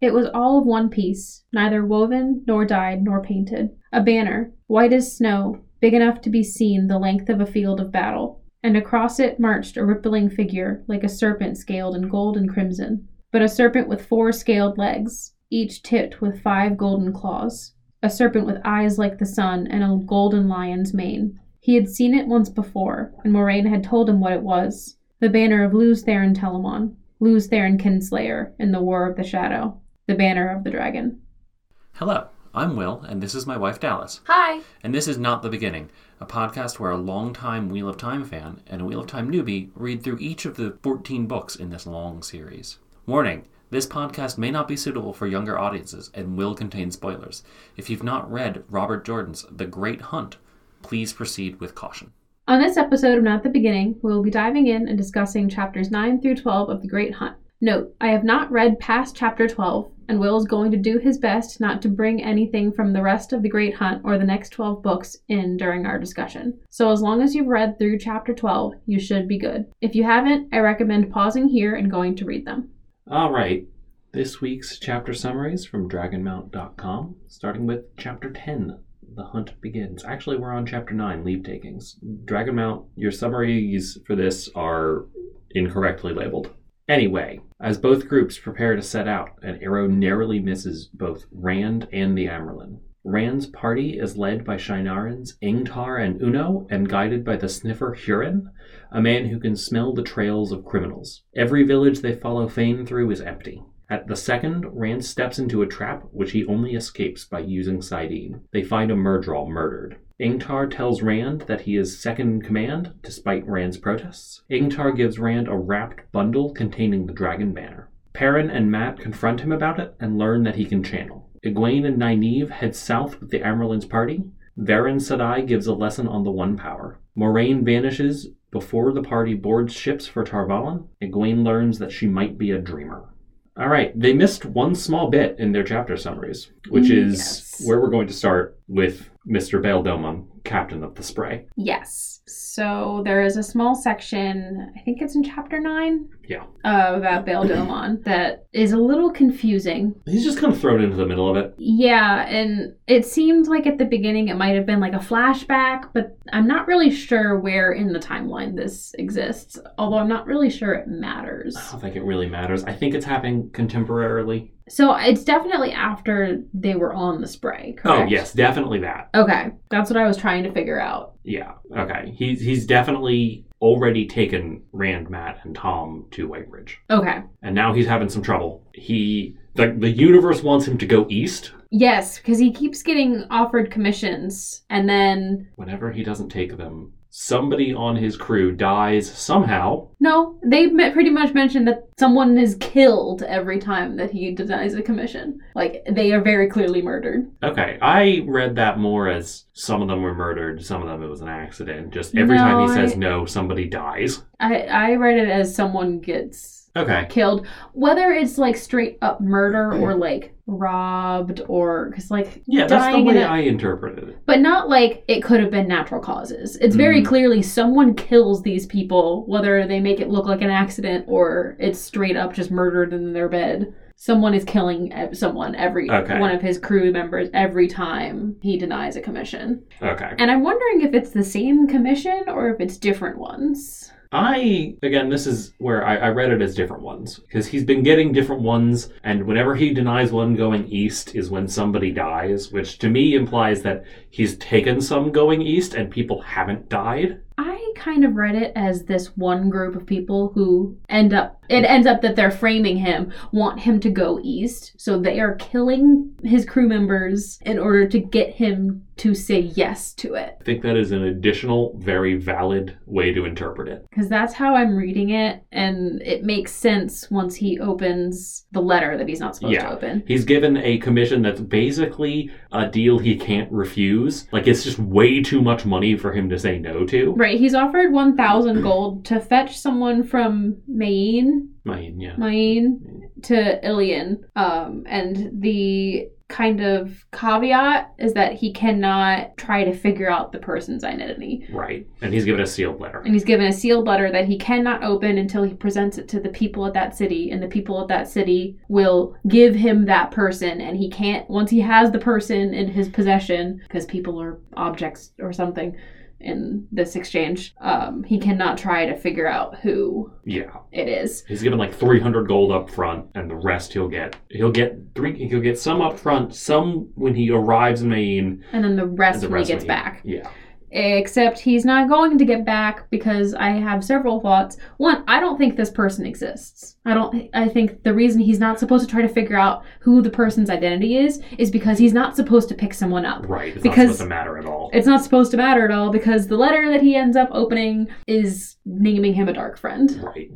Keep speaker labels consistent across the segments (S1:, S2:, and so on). S1: It was all of one piece, neither woven nor dyed nor painted. A banner, white as snow, big enough to be seen the length of a field of battle, and across it marched a rippling figure like a serpent scaled in gold and crimson, but a serpent with four scaled legs, each tipped with five golden claws, a serpent with eyes like the sun and a golden lion's mane. He had seen it once before, and Moraine had told him what it was the banner of Luz Theron Telamon, Luz Theron Kinslayer, in the War of the Shadow, the banner of the dragon.
S2: Hello, I'm Will, and this is my wife Dallas.
S3: Hi.
S2: And this is Not the Beginning, a podcast where a longtime Wheel of Time fan and a Wheel of Time newbie read through each of the 14 books in this long series. Warning this podcast may not be suitable for younger audiences and will contain spoilers. If you've not read Robert Jordan's The Great Hunt, please proceed with caution.
S1: On this episode of Not the Beginning, we will be diving in and discussing chapters 9 through 12 of The Great Hunt. Note, I have not read past chapter 12, and Will is going to do his best not to bring anything from the rest of The Great Hunt or the next 12 books in during our discussion. So, as long as you've read through chapter 12, you should be good. If you haven't, I recommend pausing here and going to read them.
S2: All right, this week's chapter summaries from dragonmount.com, starting with chapter 10. The hunt begins. Actually, we're on chapter 9, Leave Takings. Dragonmount, your summaries for this are incorrectly labeled. Anyway, as both groups prepare to set out, an arrow narrowly misses both Rand and the Amerlin. Rand's party is led by Shinarans Ingtar and Uno and guided by the sniffer Hurin, a man who can smell the trails of criminals. Every village they follow Fane through is empty. At the second, Rand steps into a trap which he only escapes by using Sidene. They find a Murdral murdered. Ingtar tells Rand that he is second in command, despite Rand's protests. Ingtar gives Rand a wrapped bundle containing the dragon banner. Perrin and Matt confront him about it and learn that he can channel. Egwene and Nynaeve head south with the Amerlin's party. Varen Sedai gives a lesson on the One Power. Moraine vanishes before the party boards ships for Tarvalon. Egwene learns that she might be a dreamer. All right, they missed one small bit in their chapter summaries, which is
S3: Yes.
S2: where we're going to start with Mr. Bail Domon, captain of the spray.
S1: Yes. So there is a small section, I think it's in chapter 9.
S2: Yeah.
S1: Uh, about Bail Domon that is a little confusing
S2: He's just kind of thrown into the middle of it.
S1: Yeah, and it seemed like at the beginning it might have been like a flashback, but I'm not really sure where in the timeline this exists, although I'm not really sure it matters.
S2: I don't think it really matters. I think it's happening contemporarily.
S1: So it's definitely after they were on the spray, correct?
S2: Oh, yes, definitely that.
S1: Okay, that's what I was trying to figure out.
S2: Yeah. Okay. He's he's definitely already taken Rand, Matt, and Tom to Whitebridge,
S1: Okay.
S2: and now he's having some trouble. He the the universe wants him to go east.
S1: Yes, because he keeps getting offered commissions, and then
S2: Whenever he doesn't take them, somebody on his crew dies somehow.
S1: no, they me- pretty much mentioned that someone is killed every time that he denies a commission. Like they are very clearly murdered.
S2: Okay, I read that more as some of them were murdered, some of them it was an accident. Just every time
S1: No,
S2: he says
S1: I-
S2: no, somebody dies.
S1: I I read it as someone gets
S2: Okay.
S1: killed, whether it's like straight up murder or like robbed or because like
S2: Yeah, that's the
S1: Dying in
S2: way
S1: a-
S2: I interpreted it.
S1: but not like it could have been natural causes. It's very
S2: Mm.
S1: clearly someone kills these people, whether they make it look like an accident or it's straight up just murdered in their bed. Someone is killing ev- someone every
S2: Okay.
S1: one of his crew members every time he denies a commission.
S2: Okay.
S1: And I'm wondering if it's the same commission or if it's different ones.
S2: I again, this is where I, I read it as different ones because he's been getting different ones, and whenever he denies one going east is when somebody dies, which to me implies that he's taken some going east and people haven't died.
S1: I kind of read it as this one group of people who end up, it ends up that they're framing him, want him to go east. So they are killing his crew members in order to get him to say yes to it.
S2: I think that is an additional, very valid way to interpret it.
S1: Because that's how I'm reading it. And it makes sense once he opens the letter that he's not supposed
S2: Yeah.
S1: to open.
S2: He's given a commission that's basically a deal he can't refuse. Like it's just way too much money for him to say no to.
S1: Right, he's offered 1,000 gold to fetch someone from Maine
S2: I mean, yeah.
S1: Maine to Ilian, um, and the kind of caveat is that he cannot try to figure out the person's identity.
S2: Right. And he's given a sealed letter.
S1: And he's given a sealed letter that he cannot open until he presents it to the people at that city, and the people at that city will give him that person. And he can't, once he has the person in his possession, because people are objects or something in this exchange, um, he cannot try to figure out who
S2: Yeah.
S1: it is.
S2: He's given like 300 gold up front, and the rest he'll get. He'll get three. He'll get some up front, some when he arrives in Maine.
S1: And then the
S2: and
S1: rest,
S2: the
S1: when
S2: rest
S1: he gets
S2: when
S1: back.
S2: Yeah.
S1: Except he's not going to get back because I have several thoughts. One, I don't think this person exists. I don't I think the reason he's not supposed to try to figure out who the person's identity is is because he's not supposed to pick someone up.
S2: Right. It's not
S1: Because-
S2: supposed to matter at all.
S1: It's not supposed to matter at all because the letter that he ends up opening is naming him a dark friend.
S2: Right.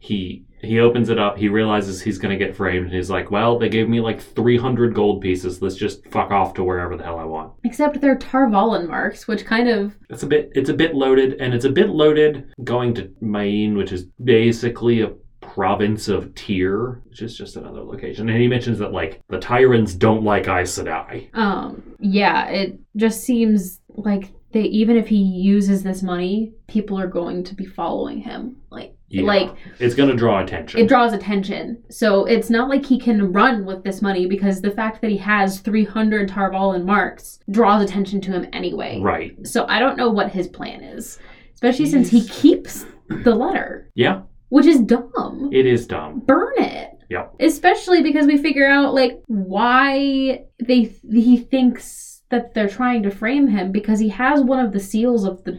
S2: He he opens it up. He realizes he's gonna get framed, and he's like, "Well, they gave me like 300 gold pieces. Let's just fuck off to wherever the hell I want."
S1: Except they're Tarvalin marks, which kind of
S2: It's a bit it's a bit loaded, and it's a bit loaded going to Maine, which is basically a province of Tyr, which is just another location. And he mentions that like the Tyrans don't like Aes Sedai.
S1: um yeah, it just seems like they even if he uses this money, people are going to be following him. Like
S2: Yeah.
S1: like
S2: it's gonna draw attention.
S1: it draws attention. So it's not like he can run with this money because the fact that he has 300 Tarvalin marks draws attention to him anyway.
S2: right.
S1: So I don't know what his plan is, especially since he
S2: He's-
S1: keeps the letter,
S2: Yeah,
S1: which is dumb.
S2: it is dumb.
S1: Burn it.
S2: Yep.
S1: Especially because we figure out like why they he thinks that they're trying to frame him because he has one of the seals of the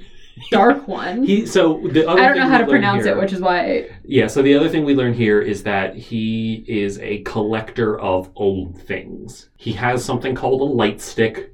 S1: dark one.
S2: He so the other
S1: I don't
S2: thing
S1: know
S2: we
S1: how to
S2: learn
S1: pronounce
S2: here-
S1: it, which is why
S2: Yeah, so the other thing we learn here is that he is a collector of old things. He has something called a light stick,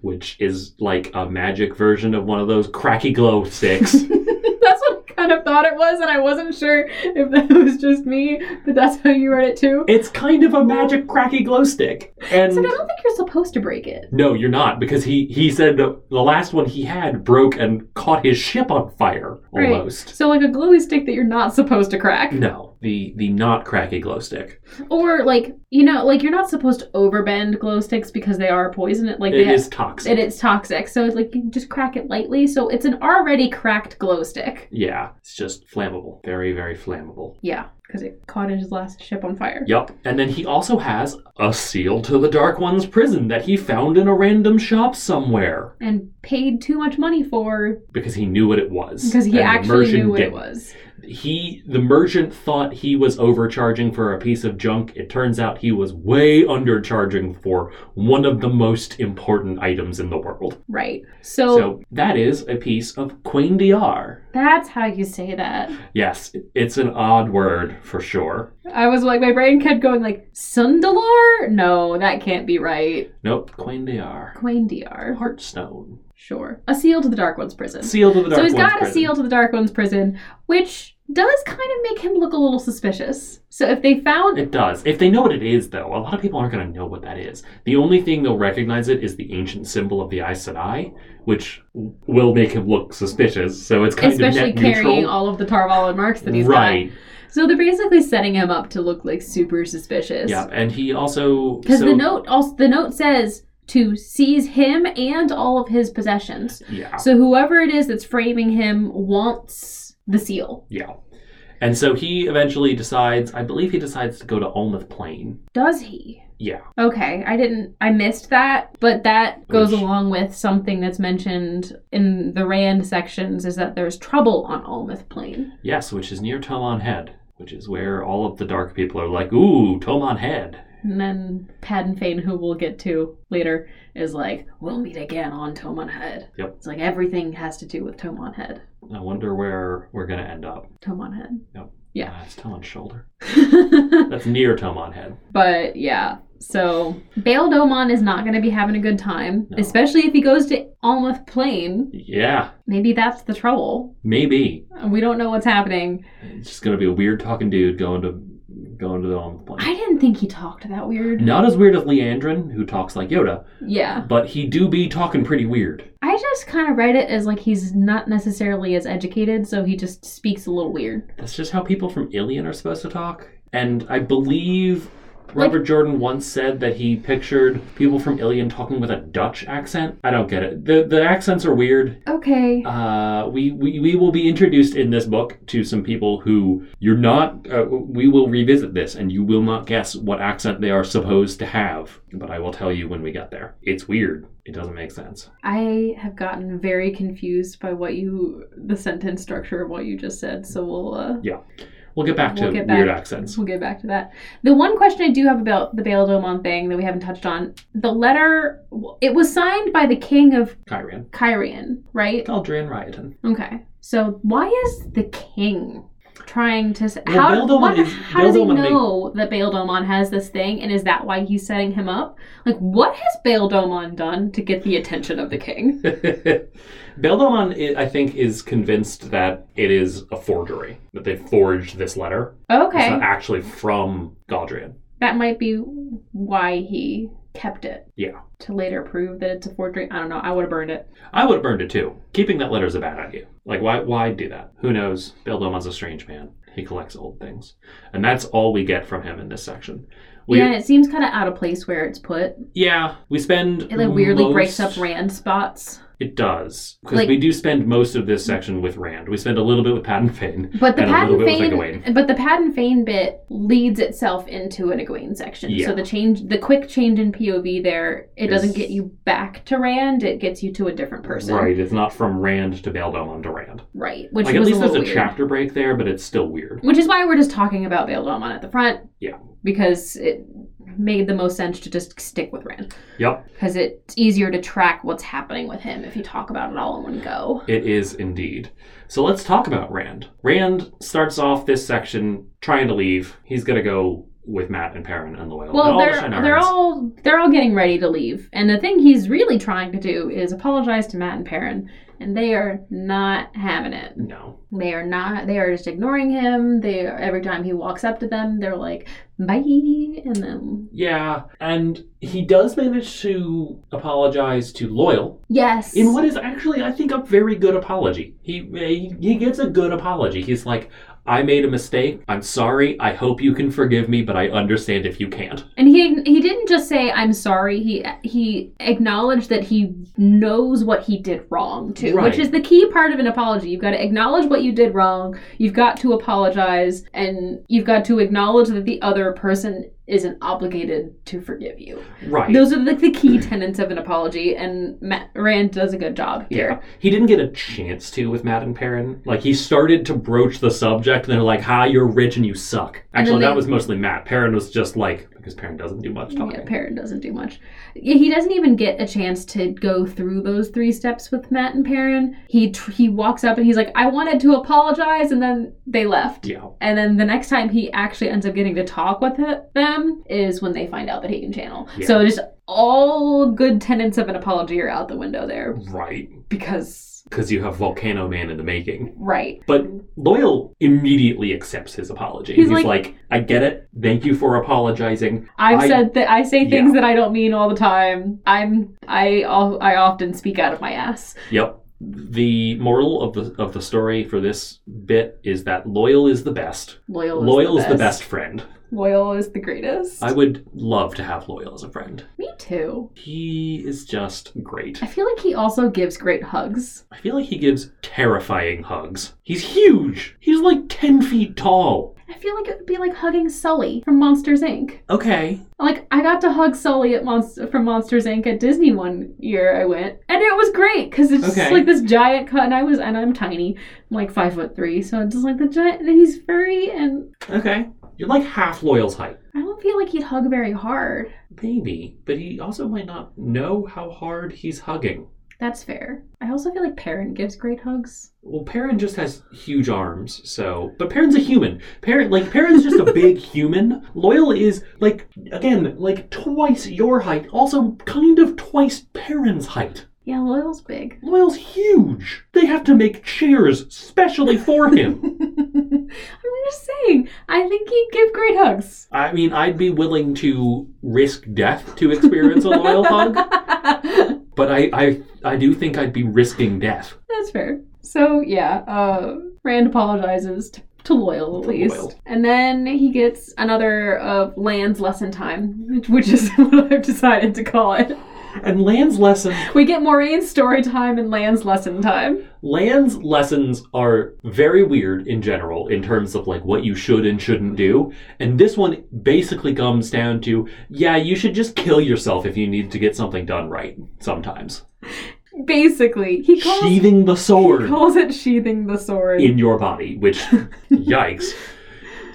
S2: which is like a magic version of one of those cracky glow sticks.
S1: That's what I kind of thought it was, and I wasn't sure if that was just me, but that's how you read it too.
S2: it's kind of a magic cracky glow stick.
S1: So I
S2: And
S1: don't think you're supposed to break it.
S2: no, you're not, because he, he said the the last one he had broke and caught his ship on fire
S1: Right.
S2: almost. Mm.
S1: So like a glowy stick that you're not supposed to crack,
S2: No, the, the not cracky glow stick.
S1: or like you know, like you're not supposed to overbend glow sticks because they are poison. Like
S2: It
S1: they
S2: is toxic.
S1: and it's toxic. So it's like you just crack it lightly. So it's an already cracked glow stick.
S2: yeah, it's just flammable. Very, very flammable.
S1: Yeah, because it caught his last ship on fire.
S2: Yup. And then he also has a seal to the Dark One's prison that he found in a random shop somewhere
S1: And paid too much money for
S2: because he knew what it was.
S1: because he
S2: And the
S1: actually
S2: merchant
S1: knew what it
S2: didn't.
S1: was.
S2: He, the merchant, thought he was overcharging for a piece of junk. It turns out he was way undercharging for one of the most important items in the world.
S1: Right.
S2: So that is a piece of Queen Diar.
S1: That's how you say that.
S2: Yes, it's an odd word for sure.
S1: I was like, my brain kept going like, Sundalar? No, that can't be right.
S2: Nope, Queen Diar.
S1: Quain DR.
S2: Heartstone.
S1: Sure. A seal to the Dark One's prison.
S2: Seal to the Dark
S1: so he's
S2: One's
S1: got a
S2: prison.
S1: seal to the Dark One's prison, which does kind of make him look a little suspicious. So if they found.
S2: It does. If they know what it is, though, a lot of people aren't going to know what that is. The only thing they'll recognize it is the ancient symbol of the Aes Sedai, which w- will make him look suspicious. So it's kind
S1: Especially
S2: of net
S1: carrying
S2: neutral.
S1: all of the Tarvalin marks that he's
S2: right.
S1: got. So they're basically setting him up to look like super suspicious.
S2: Yeah. And he also
S1: Because
S2: so-
S1: the note also the note says to seize him and all of his possessions.
S2: Yeah.
S1: So whoever it is that's framing him wants the seal.
S2: Yeah. And so he eventually decides. I believe he decides to go to Olmuth Plain.
S1: Does he?
S2: Yeah.
S1: Okay, I didn't I missed that, but that goes
S2: Which-
S1: along with something that's mentioned in the Rand sections is that there's trouble on Olmuth Plain.
S2: Yes, which is near Tomon Head, which is where all of the dark people are like, "Ooh, Tomon Head."
S1: And then Pad Fane, who we'll get to later, is like, We'll meet again on Tomon Head.
S2: Yep.
S1: It's like everything has to do with Tomon Head.
S2: I wonder where we're going to end up.
S1: Tomon Head. Yeah.
S2: Ah, it's Tomon's shoulder. That's near Tomon Head.
S1: But yeah, so Bail Domon is not going to be having a good time,
S2: No.
S1: especially if he goes to Almuth Plain.
S2: Yeah.
S1: Maybe that's the trouble.
S2: Maybe.
S1: We don't know what's happening.
S2: It's just gonna be a weird talking dude going to going to the on the plane.
S1: I didn't think he talked that weird.
S2: Not as weird as Leandrin, who talks like Yoda,
S1: Yeah.
S2: but he do be talking pretty weird.
S1: I just kind of read it as like he's not necessarily as educated, so he just speaks a little weird.
S2: That's just how people from Ilion are supposed to talk. And I believe Robert Jordan once said that he pictured people from Ilion talking with a Dutch accent. I don't get it. The the accents are weird.
S1: Okay.
S2: Uh, we, we we will be introduced in this book to some people who you're not. Uh, we will revisit this, and you will not guess what accent they are supposed to have. But I will tell you when we get there. It's weird. It doesn't make sense.
S1: I have gotten very confused by what you, the sentence structure of what you just said. So we'll, uh,
S2: We'll get back to
S1: We'll get
S2: weird
S1: back.
S2: accents.
S1: We'll get back to that. The one question I do have about the Bail Domon thing that we haven't touched on the letter, it was signed by the king of
S2: Kyrian,
S1: Kyrian, right?
S2: Galdrian, Riotan.
S1: Okay. So why is the king trying to. s
S2: Well,
S1: how
S2: Bail Domon
S1: what-
S2: is-
S1: how
S2: Bail
S1: does he
S2: Domon make-
S1: know that Bail Domon has this thing, and is that why he's setting him up? Like, what has Bail Domon done to get the attention of the king?
S2: Beldomon, I I think, is convinced that it is a forgery, that they forged this letter. It's
S1: Okay.
S2: not actually from Galdrian.
S1: That might be why he kept it.
S2: Yeah.
S1: To later prove that it's a forgery. I don't know. I would have burned it.
S2: I would have burned it too. Keeping that letter is a bad idea. Like, why, why do that? Who knows? Beldomon's a strange man. He collects old things. And that's all we get from him in this section. We,
S1: yeah, it seems kind of out of place where it's put.
S2: yeah, we spend.
S1: It like weirdly
S2: most-
S1: breaks up Rand spots.
S2: It does. Because
S1: Like-
S2: we do spend most of this section with Rand. We spend a little bit with Pat and Fane.
S1: But the
S2: and a
S1: Pat
S2: little
S1: and
S2: bit with Egwene.
S1: Fane, but the Pat and Fane bit leads itself into an Egwene section.
S2: Yeah.
S1: So the change, the quick change in POV there, it doesn't
S2: Is-
S1: get you back to Rand. It gets you to a different person.
S2: Right, it's not from Rand to Beldomon to Rand.
S1: Right. Which
S2: like at
S1: was
S2: least
S1: a
S2: there's
S1: little
S2: a
S1: weird.
S2: chapter break there, but it's still weird.
S1: Which is why we're just talking about Bail Domon at the front.
S2: Yeah.
S1: Because it made the most sense to just stick with Rand.
S2: Yep,
S1: Because it's easier to track what's happening with him if you talk about it all in one go.
S2: it is indeed. So let's talk about Rand. Rand starts off this section trying to leave. He's gonna go with Matt and Perrin and Loyal. and
S1: Well,
S2: all the
S1: they're they're
S2: Shannarans.
S1: all they're all getting ready to leave, and the thing he's really trying to do is apologize to Matt and Perrin, and they are not having it.
S2: no.
S1: They are not. They are just ignoring him. They every time he walks up to them, they're like bye, and then
S2: Yeah, and he does manage to apologize to Loyal
S1: yes,
S2: in what is actually, I think, a very good apology. He he, he gives a good apology. He's like, "I made a mistake. I'm sorry. I hope you can forgive me, but I understand if you can't."
S1: and he he didn't just say I'm sorry. He he acknowledged that he knows what he did wrong too,
S2: Right.
S1: which is the key part of an apology. You've got to acknowledge what you did wrong. You've got to apologize, and you've got to acknowledge that the other person isn't obligated to forgive you.
S2: Right.
S1: Those are like the key tenets of an apology, and Matt, Rand does a good job
S2: Yeah.
S1: here.
S2: He didn't get a chance to with Matt and Perrin. Like, he started to broach the subject, and they're like, ha, you're rich and you suck.
S1: And then
S2: Actually, that
S1: they-
S2: was mostly Matt. Perrin was just like, because Perrin doesn't do much talking.
S1: Yeah, Perrin doesn't do much. Yeah, He doesn't even get a chance to go through those three steps with Matt and Perrin. He tr- he walks up and he's like, "I wanted to apologize," and then they left.
S2: yeah.
S1: And then the next time he actually ends up getting to talk with it, them is when they find out that he can channel.
S2: Yeah.
S1: So just all good tenets of an apology are out the window there
S2: Right.
S1: because
S2: Because you have Volcano Man in the making.
S1: right.
S2: But Loyal immediately accepts his apology.
S1: He's
S2: He's, like,
S1: like-
S2: I get it. Thank you for apologizing.
S1: I've
S2: I-
S1: said that I say
S2: Yeah.
S1: things that I don't mean all the time. I'm I al- I often speak out of my ass.
S2: Yep. The moral of the of the story for this bit is that Loyal is the best.
S1: Loyal is
S2: Loyal
S1: the
S2: is
S1: best.
S2: the best friend.
S1: Loyal is the greatest.
S2: I would love to have Loyal as a friend.
S1: Me too.
S2: He is just great.
S1: I feel like he also gives great hugs.
S2: I feel like he gives terrifying hugs. He's huge. He's like 10 feet tall.
S1: I feel like it would be like hugging Sully from Monsters Inc.
S2: Okay.
S1: Like I got to hug Sully at Monst- from Monsters Inc. at Disney one year I went, and it was great because it's just
S2: Okay.
S1: like this giant cut, and I was and I'm tiny, I'm like five foot three, so it's just like the giant. And he's furry, and
S2: Okay. You're like half Loyal's height.
S1: I don't feel like he'd hug very hard.
S2: Maybe. But he also might not know how hard he's hugging.
S1: That's fair. I also feel like Perrin gives great hugs.
S2: Well, Perrin just has huge arms, so. But Perrin's a human. Perrin, like, Perrin's just a big human. Loyal is, like, again, like twice your height, also kind of twice Perrin's height.
S1: Yeah, Loyal's big.
S2: Loyal's huge. They have to make chairs specially for him.
S1: I'm just saying. I think he'd give great hugs.
S2: I mean, I'd be willing to risk death to experience a loyal hug, but I, I, I do think I'd be risking death.
S1: That's fair. So yeah, uh, Rand apologizes to to loyal at
S4: To
S1: least.
S4: loyal.
S1: And then he gets another of Land's lesson time, which- which is what I've decided to call it.
S4: And Land's lesson
S1: We get Maureen's story time and Land's lesson time.
S2: Land's lessons are very weird in general in terms of like what you should and shouldn't do. And this one basically comes down to yeah, you should just kill yourself if you need to get something done right sometimes.
S1: Basically, he calls,
S2: Sheathing the
S1: he
S2: sword
S1: calls it sheathing the sword.
S2: in your body, which yikes.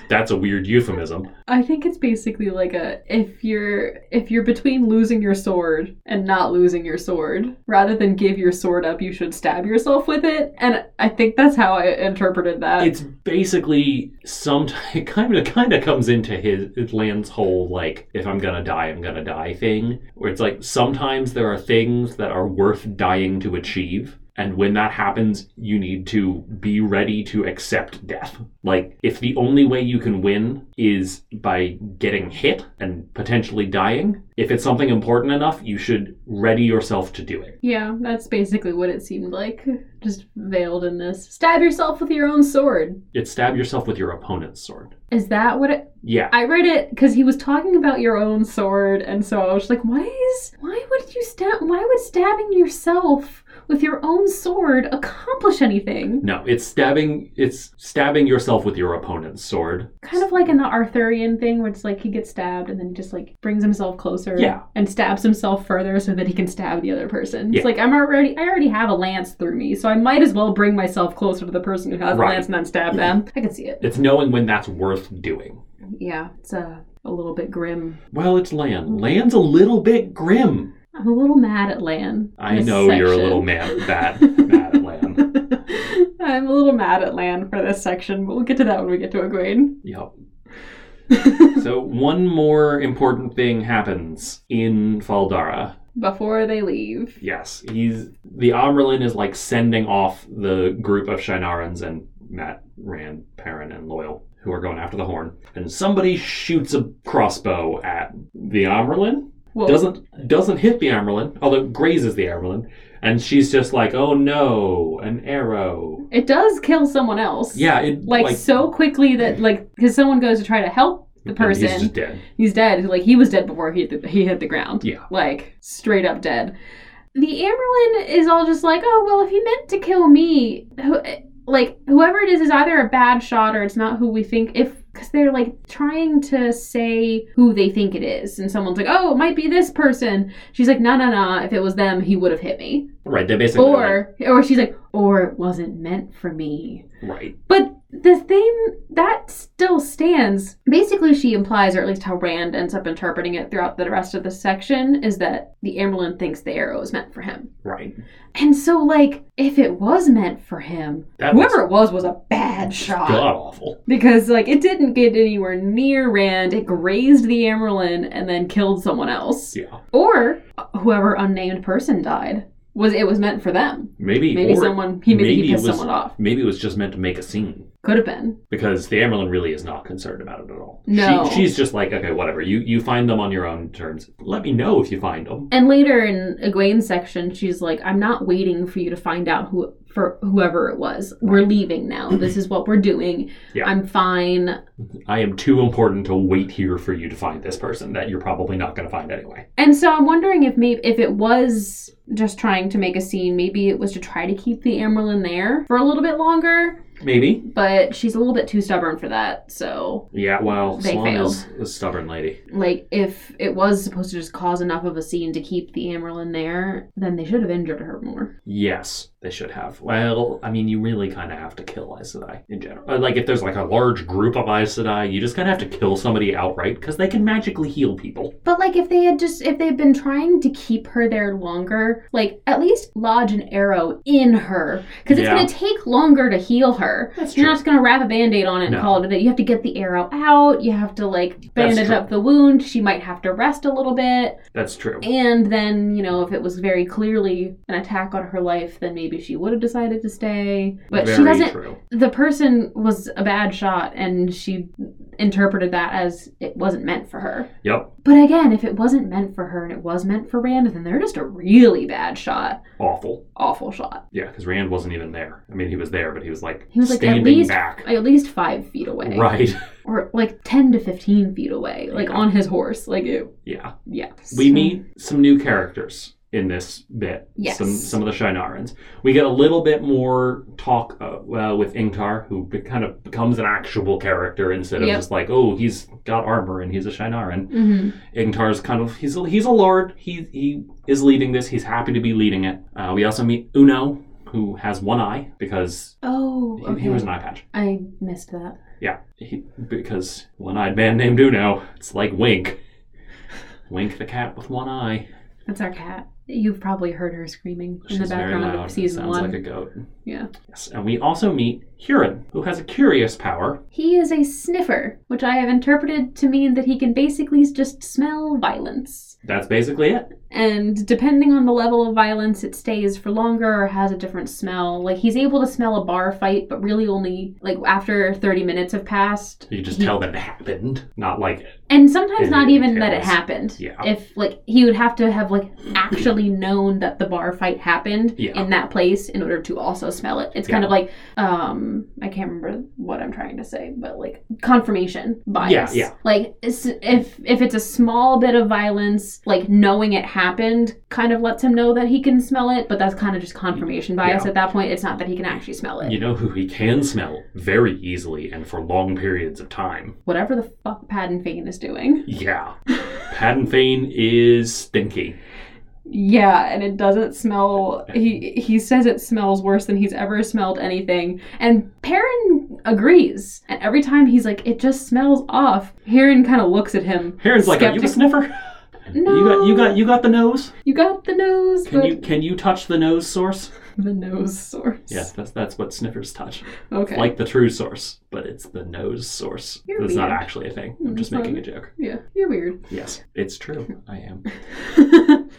S2: That's a weird euphemism.
S1: I think it's basically like a if you're if you're between losing your sword and not losing your sword, rather than give your sword up, you should stab yourself with it. And I think that's how I interpreted that.
S2: It's basically some it kind of kind of comes into his it lands whole like if I'm gonna die I'm gonna die thing where it's like sometimes there are things that are worth dying to achieve and when that happens you need to be ready to accept death like if the only way you can win is by getting hit and potentially dying if it's something important enough you should ready yourself to do it
S1: yeah, that's basically what it seemed like, just veiled in this. Stab yourself with your own sword.
S2: it's stab yourself with your opponent's sword
S1: Is that what it?
S2: yeah
S1: I read it because he was talking about your own sword, and so I was like, why is why would you stab? Why would stabbing yourself with your own sword accomplish anything?
S2: No, it's stabbing. It's stabbing yourself with your opponent's sword.
S1: Kind of like in the Arthurian thing where it's like he gets stabbed and then he just like brings himself closer
S2: Yeah.
S1: and stabs himself further so that he can stab the other person.
S2: Yeah.
S1: It's like I'm already I already have a lance through me, so I might as well bring myself closer to the person who has
S2: Right. Mm-hmm.
S1: a lance and then stab them. I can see it.
S2: It's knowing when that's worth doing.
S1: Yeah, it's a, a little bit grim.
S2: Well, it's Lan. Lan's a little bit grim.
S1: I'm a little mad at Lan.
S2: I
S1: This
S2: know you're a
S1: section.
S2: little mad bad mad at Lan.
S1: I'm a little mad at Lan for this section, but we'll get to that when we get to a grade.
S2: Yep. so one more important thing happens in Faldara.
S1: Before they leave.
S2: Yes, he's the Amerlin is like sending off the group of Shinarans and Matt, Rand, Perrin, and Loyal who are going after the horn, and somebody shoots a crossbow at the Amerlin.
S1: Well,
S2: Doesn't doesn't hit the Amerlin, although grazes the Amerlin, and she's just like, "Oh no, an arrow!"
S1: it does kill someone else.
S2: Yeah, it
S1: like, so quickly that like because someone goes to try to help the
S2: and
S1: person
S2: He's
S1: he's,
S2: just dead.
S1: dead like he was dead before he hit the, he hit the ground
S2: Yeah.
S1: like straight up dead the amerlin is all just like oh well if he meant to kill me who, like whoever it is is either a bad shot or it's not who we think if because they're like trying to say who they think it is and someone's like oh it might be this person she's like no no no if it was them he would have hit me
S2: Right. They basically like-
S1: or or she's like or it wasn't meant for me
S2: right.
S1: but the thing that still stands. Basically, she implies, or at least how Rand ends up interpreting it throughout the rest of the section, is that the Amberlin thinks the arrow is meant for him.
S2: Right.
S1: And so, like, if it was meant for him,
S2: That
S1: whoever it was was a bad shot.
S2: god awful.
S1: Because, like, it didn't get anywhere near Rand. It grazed the Amberlin and then killed someone else.
S2: Yeah.
S1: Or whoever unnamed person died. Was it was meant for them?
S2: Maybe.
S1: Maybe
S2: or
S1: someone he maybe,
S2: maybe
S1: he
S2: it
S1: pissed
S2: was-
S1: someone off.
S2: Maybe it was just meant to make a scene.
S1: Could have been.
S2: because the Amerlin really is not concerned about it at all.
S1: No.
S2: She, she's just like, okay, whatever. You you find them on your own terms. Let me know if you find them.
S1: And later in Egwene's section, she's like, "I'm not waiting for you to find out who for whoever it was. We're leaving now. This is what we're doing.
S2: Yeah.
S1: I'm fine."
S2: I am too important to wait here for you to find this person that you're probably not going to find anyway.
S1: And so I'm wondering if maybe if it was just trying to make a scene, maybe it was to try to keep the Amerlin there for a little bit longer.
S2: Maybe.
S1: But she's a little bit too stubborn for that. So
S2: Yeah. Well,
S1: They
S2: Swan
S1: failed.
S2: is a stubborn lady.
S1: like, if it was supposed to just cause enough of a scene to keep the Amerlin there, then they should have injured her more.
S2: Yes, they should have. Well, I mean, you really kind of have to kill Aes Sedai in general. Uh, Like, if there's like a large group of Aes Sedai, you just kind of have to kill somebody outright because they can magically heal people.
S1: But like if they had just if they'd been trying to keep her there longer, like at least lodge an arrow in her because it's
S2: Yeah.
S1: going to take longer to heal her.
S2: That's
S1: You're not just going to wrap a band-aid on it
S2: No.
S1: and call it a day. You have to get the arrow out. You have to like
S2: That's
S1: bandage
S2: true.
S1: up the wound. She might have to rest a little bit.
S2: That's true.
S1: And then, you know, if it was very clearly an attack on her life, then maybe maybe she would have decided to stay. But
S2: Very
S1: she doesn't.
S2: true.
S1: The person was a bad shot, and she interpreted that as it wasn't meant for her.
S2: Yep.
S1: But again, if it wasn't meant for her and it was meant for Rand, then they're just a really bad shot.
S2: Awful.
S1: Awful shot.
S2: Yeah, because Rand wasn't even there. I mean, he was there, but he was like
S1: He was, like, at
S2: standing
S1: least-
S2: back.
S1: Like, at least five feet away.
S2: Right.
S1: Or like 10 to 15 feet away. Like
S2: Yeah.
S1: on his horse. Like, ew.
S2: Yeah.
S1: Yeah.
S2: We
S1: So-
S2: meet some new characters in this bit.
S1: Yes.
S2: Some some of the Shinarans. We get a little bit more talk uh, uh, with Ingtar, who be- kind of becomes an actual character instead of
S1: Yep.
S2: just like, oh, he's got armor and he's a Shinaran.
S1: Mhm.
S2: Ingtar's kind of he's a, he's a lord. He he is leading this. He's happy to be leading it. Uh, we also meet Uno, who has one eye because
S1: Oh,
S2: he,
S1: okay.
S2: he was an eye patch.
S1: I missed that.
S2: Yeah, he, because one-eyed man named Uno. It's like Wink. Wink the cat with one eye.
S1: That's our cat. You've probably heard her screaming in the
S2: She's very
S1: background
S2: loud.
S1: of season
S2: Sounds
S1: one.
S2: like a goat.
S1: Yeah.
S2: Yes, and we also meet Huron, who has a curious power.
S1: He is a sniffer, which I have interpreted to mean that he can basically just smell violence.
S2: That's basically it.
S1: and depending on the level of violence it stays for longer or has a different smell like he's able to smell a bar fight but really only like after 30 minutes have passed
S2: You just
S1: He-
S2: tell that it happened, not like
S1: and sometimes
S2: And
S1: not
S2: it
S1: even that it
S2: entails-
S1: happened
S2: yeah.
S1: if like he would have to have like actually known that the bar fight happened
S2: Yeah.
S1: in that place in order to also smell it it's kind of like um i can't remember what i'm trying to say but like confirmation bias
S2: Yeah, yeah.
S1: like s- if if it's a small bit of violence like knowing it happened kind of lets him know that he can smell it but that's kind of just confirmation bias
S2: Yeah.
S1: at that point it's not that he can actually smell it
S2: you know who he can smell very easily and for long periods of time.
S1: whatever the fuck Padden Fane is doing
S2: Yeah, Padden Fane is stinky.
S1: Yeah, and it doesn't smell. He he says it smells worse than he's ever smelled anything, and Perrin agrees. And every time he's like, "It just smells off." Perrin kind of looks at him.
S2: Huron's like, are you a
S1: Skeptic-
S2: sniffer?
S1: No,
S2: You got you got you got the nose.
S1: you got the nose,
S2: Can
S1: but
S2: you can you touch the nose source?
S1: the nose source.
S2: Yes, that's that's what sniffers touch.
S1: Okay.
S2: Like the true source, but it's the nose source.
S1: You're
S2: That's not
S1: weird.
S2: actually a thing. I'm
S1: Mm,
S2: just
S1: sorry.
S2: making a joke.
S1: yeah, you're weird.
S2: Yes, it's true. I am.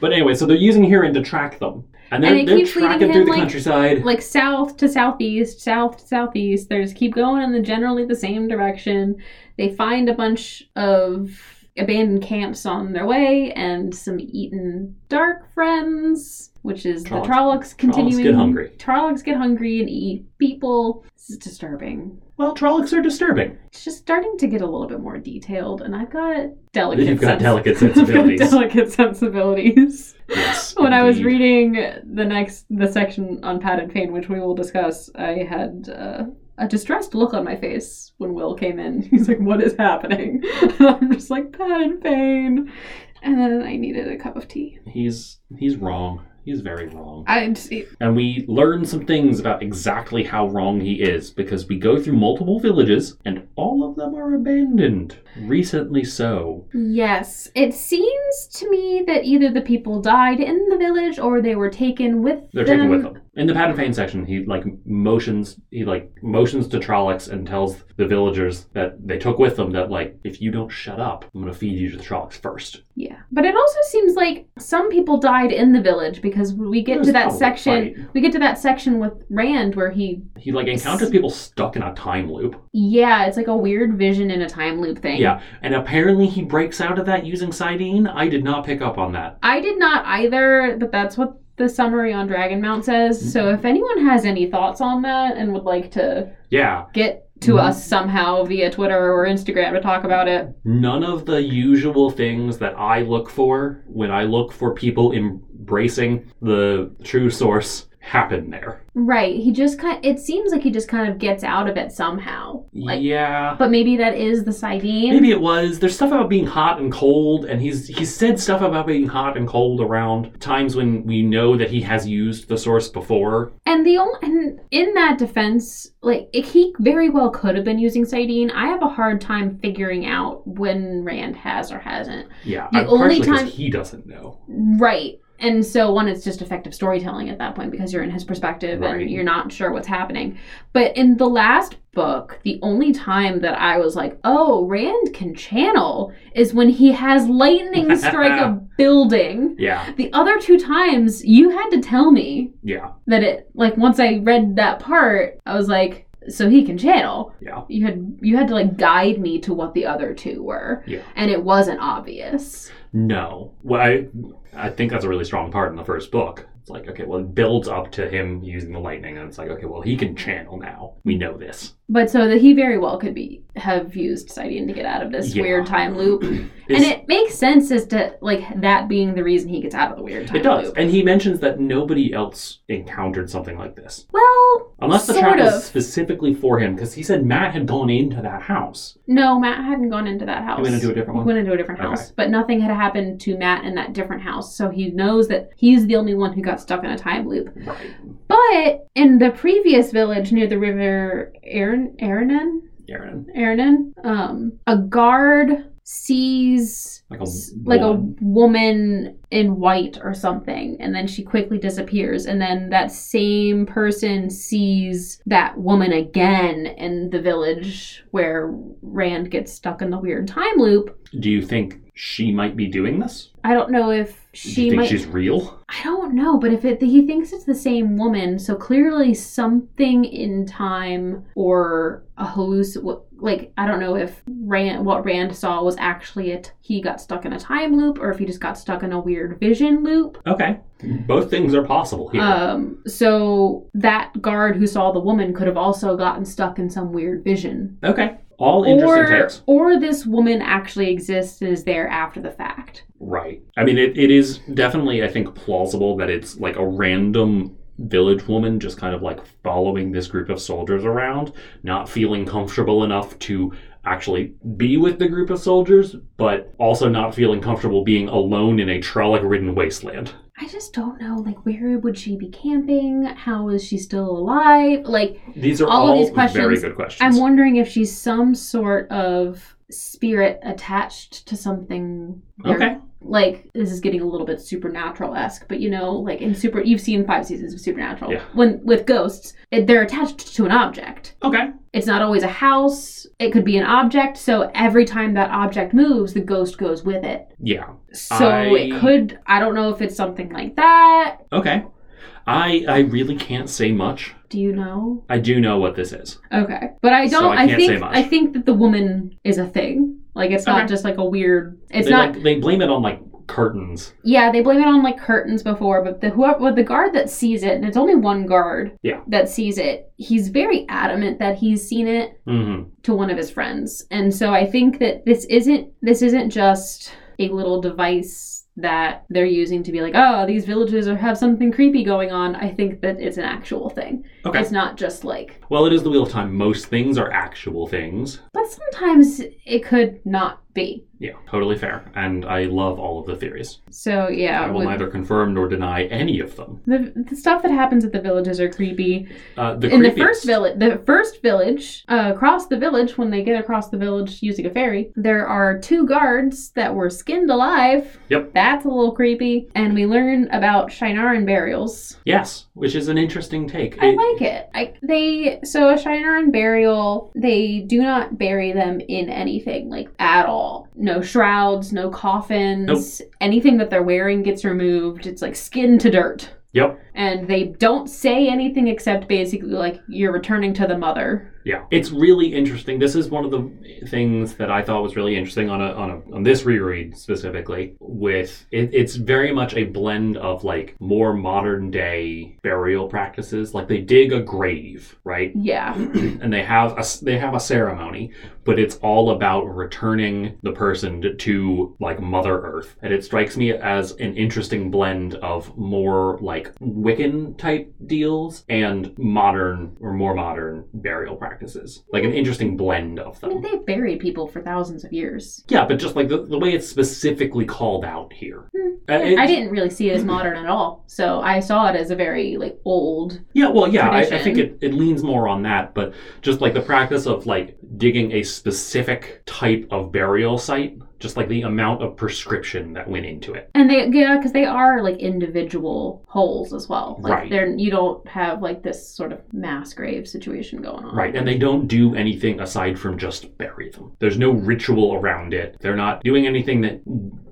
S2: But anyway, so they're using Huron to track them, and they're,
S1: And it
S2: they're
S1: keeps leading
S2: tracking
S1: him,
S2: through the
S1: like-
S2: countryside.
S1: like south to southeast, south to southeast. They just keep going in the generally the same direction. They find a bunch of abandoned camps on their way and some eaten dark friends, which is
S2: Trollocs-
S1: the Trollocs continuing.
S2: get hungry.
S1: Trollocs get hungry and eat people. This is disturbing.
S2: well, Trollocs are disturbing.
S1: It's just starting to get a little bit more detailed, and I've got delicate.
S2: You've got
S1: sens-
S2: delicate
S1: I've got
S2: sensibilities.
S1: delicate sensibilities
S2: yes.
S1: when I was
S2: indeed.
S1: reading the next the section on Pat and Pain, which we will discuss, I had uh, a distressed look on my face when Will came in. He's like, "What is happening?" And I'm just like, "Pat and Pain," and then I needed a cup of tea.
S2: he's he's wrong. He's very wrong.
S1: I just,
S2: and we learn some things about exactly how wrong he is because we go through multiple villages and all of them are abandoned recently so
S1: yes, it seems to me that either the people died in the village or they were taken with
S2: they're taken with them in the pat and fane section he like motions he like motions to trollocs and tells the villagers that they took with them that like if you don't shut up i'm going to feed you to the trollocs first
S1: Yeah, but it also seems like some people died in the village because we get
S2: There's
S1: to that
S2: probably a
S1: section.
S2: fight.
S1: We get to that section with Rand where he
S2: he like encounters people stuck in a time loop
S1: Yeah, it's like a weird vision in a time loop thing.
S2: yeah and apparently he breaks out of that using sidene i did not pick up on that
S1: I did not either, but that's what the summary on Dragon Mount says.
S2: Mm-hmm.
S1: So if anyone has any thoughts on that and would like to
S2: yeah
S1: get to
S2: Mhm.
S1: us somehow via Twitter or Instagram to talk about it,
S2: none of the usual things that I look for when I look for people embracing the true source happen there.
S1: right? He just kind it seems like he just kind of gets out of it somehow. Like
S2: yeah.
S1: but maybe that is the Sidene.
S2: Maybe it was. There's stuff about being hot and cold, and he's he's said stuff about being hot and cold around times when we know that he has used the source before.
S1: And the only and in that defense, like it, he very well could have been using Sidene. I have a hard time figuring out when Rand has or hasn't.
S2: Yeah,
S1: The
S2: I-
S1: only
S2: partially 'cause
S1: time-
S2: he doesn't know.
S1: Right. And so, one, it's just effective storytelling at that point because you're in his perspective
S2: Right.
S1: and you're not sure what's happening. But in the last book, the only time that I was like, oh, Rand can channel is when he has lightning strike a building.
S2: Yeah,
S1: The other two times, you had to tell me
S2: yeah,
S1: that it, like, once I read that part, I was like, so he can channel.
S2: yeah.
S1: You had you had to like guide me to what the other two were,
S2: Yeah.
S1: and it wasn't obvious.
S2: No. Well, I, I think that's a really strong part in the first book. It's like, okay, well, it builds up to him using the lightning, and it's like, okay, well, he can channel now. We know this.
S1: But so that he very well could be have used Sidian to get out of this
S2: Yeah.
S1: weird time loop, and
S2: It's-
S1: it makes sense as to like that being the reason he gets out of the weird time
S2: it does.
S1: loop.
S2: And he mentions that nobody else encountered something like this.
S1: Well,
S2: Unless the
S1: Sort
S2: trap is
S1: of.
S2: specifically for him, because he said Matt had gone into that house.
S1: no, Matt hadn't gone into that house.
S2: He went into a different
S1: He
S2: one.
S1: went into a different
S2: Okay.
S1: house, but nothing had happened to Matt in that different house, so he knows that he's the only one who got stuck in a time loop.
S2: Right.
S1: But in the previous village near the river Aaron Aranon,
S2: Aaron.
S1: Aranon, um, a guard sees
S2: Like a
S1: s- like a
S2: woman.
S1: woman in white or something and then she quickly disappears and then that same person sees that woman again in the village where rand gets stuck in the weird time loop
S2: Do you think she might be doing this?
S1: i don't know if
S2: Do you
S1: she
S2: think
S1: might
S2: she's real?
S1: i don't know but if it, he thinks it's the same woman so clearly something in time or a halluc like i don't know if rand what rand saw was actually it he got stuck in a time loop or if he just got stuck in a weird vision loop
S2: Okay. Both things are possible here.
S1: Um, so that guard who saw the woman could have also gotten stuck in some weird vision.
S2: okay. All interesting
S1: Or,
S2: takes.
S1: or this woman actually exists and is there after the fact.
S2: Right. I mean, it, it is definitely, I think, plausible that it's like a random village woman just kind of like following this group of soldiers around, not feeling comfortable enough to actually be with the group of soldiers, but also not feeling comfortable being alone in a trellic ridden wasteland.
S1: I just don't know, like, where would she be camping? How is she still alive? Like,
S2: These are all,
S1: All of these
S2: very
S1: questions,
S2: good questions.
S1: I'm wondering if she's some sort of spirit attached to something. there.
S2: Okay.
S1: Like, this is getting a little bit supernatural esque, but you know, like in super, you've seen five seasons of Supernatural.
S2: Yeah.
S1: When with ghosts, it, they're attached to an object.
S2: Okay.
S1: It's not always a house, it could be an object. So every time that object moves, the ghost goes with it.
S2: Yeah.
S1: So
S2: I-
S1: it could, I don't know if it's something like that.
S2: Okay. I I really can't say much.
S1: Do you know?
S2: I do know what this is.
S1: Okay. But I
S2: So
S1: don't,
S2: I
S1: I,
S2: can't
S1: think,
S2: say much.
S1: I think that the woman is a thing. Like it's not
S2: Okay.
S1: just like a weird, it's
S2: they,
S1: not,
S2: like, they blame it on like curtains.
S1: yeah, they blame it on like curtains before, but the, whoever, well, the guard that sees it, and it's only one guard
S2: Yeah.
S1: that sees it, he's very adamant that he's seen it.
S2: hmm
S1: to one of his friends. And so I think that this isn't this isn't just a little device that they're using to be like, oh, these villages are, have something creepy going on. I think that it's an actual thing.
S2: Okay.
S1: It's not just like,
S2: Well, it is the Wheel of Time. Most things are actual things.
S1: but sometimes it could not be.
S2: Yeah, totally fair. And I love all of the theories.
S1: So yeah,
S2: I will
S1: with-
S2: neither confirm nor deny any of them.
S1: the, the stuff that happens at the villages are creepy.
S2: Uh, the
S1: In the
S2: creepiest,
S1: first village, the first village uh, across the village, when they get across the village using a ferry, there are two guards that were skinned alive.
S2: Yep.
S1: that's a little creepy. And we learn about Shinaran burials.
S2: Yes, which is an interesting take.
S1: I like it. I, they so a Shinaran burial, they do not bury them in anything like at all. No shrouds, no coffins. Anything that they're wearing gets removed. It's like skin to dirt.
S2: Yep.
S1: And they don't say anything except basically like you're returning to the mother.
S2: Yeah, it's really interesting. This is one of the things that I thought was really interesting on a, on a, on this reread specifically. With it, it's very much a blend of like more modern day burial practices. Like they dig a grave, right?
S1: Yeah.
S2: and they have a they have a ceremony, but it's all about returning the person to, to like Mother Earth, and it strikes me as an interesting blend of more like Wiccan type deals and modern or more modern burial practices, like an interesting blend of
S1: I mean,
S2: them.
S1: they've buried people for thousands of years.
S2: Yeah, but just like the, the way it's specifically called out here.
S1: Hmm.
S2: Uh, it-
S1: I didn't really see it as modern at all. So I saw it as a very, like, old.
S2: Yeah, well, yeah, I, I
S1: tradition.
S2: think it, it leans more on that, but just like the practice of like digging a specific type of burial site just like the amount of prescription that went into it.
S1: And they yeah, because they are like individual holes as well. Like
S2: Right.
S1: they're you don't have like this sort of mass grave situation going on.
S2: Right, and they don't do anything aside from just bury them. There's no ritual around it. They're not doing anything that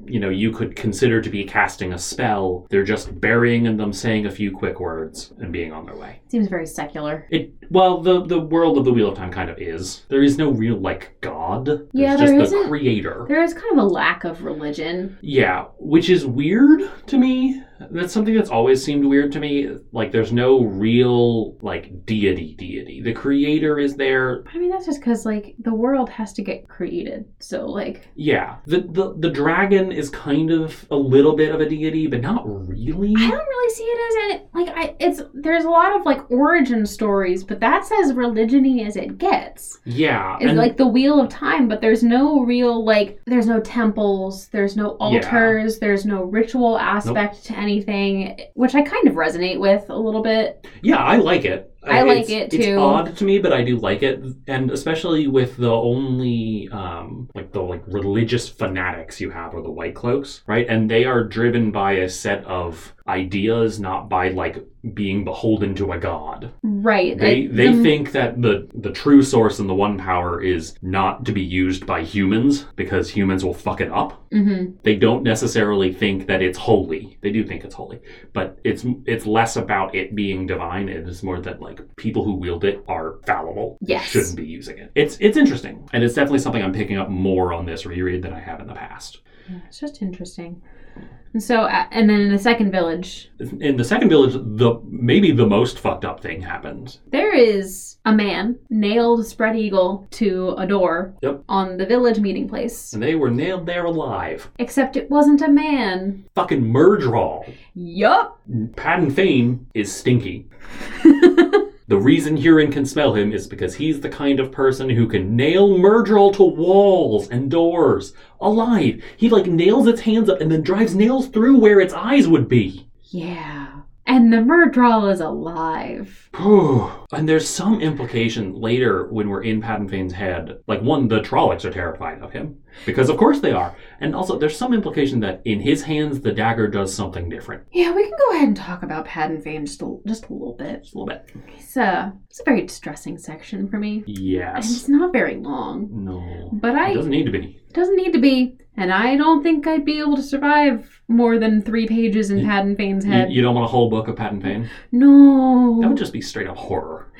S2: you know you could consider to be casting a spell. They're just burying them, saying a few quick words, and being on their way.
S1: Seems very secular.
S2: It well, the the world of the Wheel of Time kind of is. There is no real like god. There's
S1: Yeah,
S2: just
S1: there
S2: the
S1: isn't-
S2: creator.
S1: There is kind of a lack of religion.
S2: Yeah, which is weird to me. That's something that's always seemed weird to me. Like, there's no real, like, deity, deity. The creator is there.
S1: I mean, that's just because like the world has to get created. So like
S2: Yeah. The, the, the dragon is kind of a little bit of a deity, but not really.
S1: I don't really see it as an like I it's there's a lot of like origin stories, but that's as religiony as it gets.
S2: Yeah.
S1: It's like the wheel of time, but there's no real like there's no temples, there's no altars, there's no ritual aspect to anything, which I kind of resonate with a little bit.
S2: Yeah, I like it.
S1: I like it,
S2: it's- It's
S1: too.
S2: odd to me, but I do like it, and especially with the only um, like the like religious fanatics you have are the white cloaks, right? And they are driven by a set of ideas, not by like being beholden to a god.
S1: Right.
S2: They
S1: like,
S2: they
S1: the-
S2: think that the the true source and the one power is not to be used by humans because humans will fuck it up
S1: Mhm.
S2: they don't necessarily think that it's holy. They do think it's holy, but it's it's less about it being divine. It is more that like people who wield it are fallible.
S1: Yes.
S2: shouldn't be using it. It's it's interesting, and it's definitely something I'm picking up more on this reread than I have in the past.
S1: Yeah, it's just interesting. And so uh, and then in the second village,
S2: In the second village, the maybe the most fucked up thing happens.
S1: There is a man nailed spread eagle to a door
S2: Yep.
S1: on the village meeting place.
S2: And they were nailed there alive.
S1: Except it wasn't a man.
S2: Fucking Murdral.
S1: Yup.
S2: Patton Fane is stinky. the reason Huron can smell him is because he's the kind of person who can nail Murdral to walls and doors alive. He like nails its hands up and then drives nails through where its eyes would be.
S1: Yeah. And the Murdral is alive.
S2: and there's some implication later when we're in Patton Fane's head. Like one, the Trollocs are terrified of him because of course they are, and also there's some implication that in his hands the dagger does something different.
S1: Yeah, we can go ahead and talk about Padden Fane just a, just a little bit.
S2: Just a little bit.
S1: It's a, it's a very distressing section for me. And
S2: Yes.
S1: it's not very long.
S2: No.
S1: But I
S2: It doesn't need to be.
S1: doesn't need to be, and I don't think I'd be able to survive more than three pages in
S2: You-
S1: Padden Fane's
S2: You,
S1: head.
S2: you don't want a whole book of Patton Payne?
S1: no.
S2: That would just be straight up horror.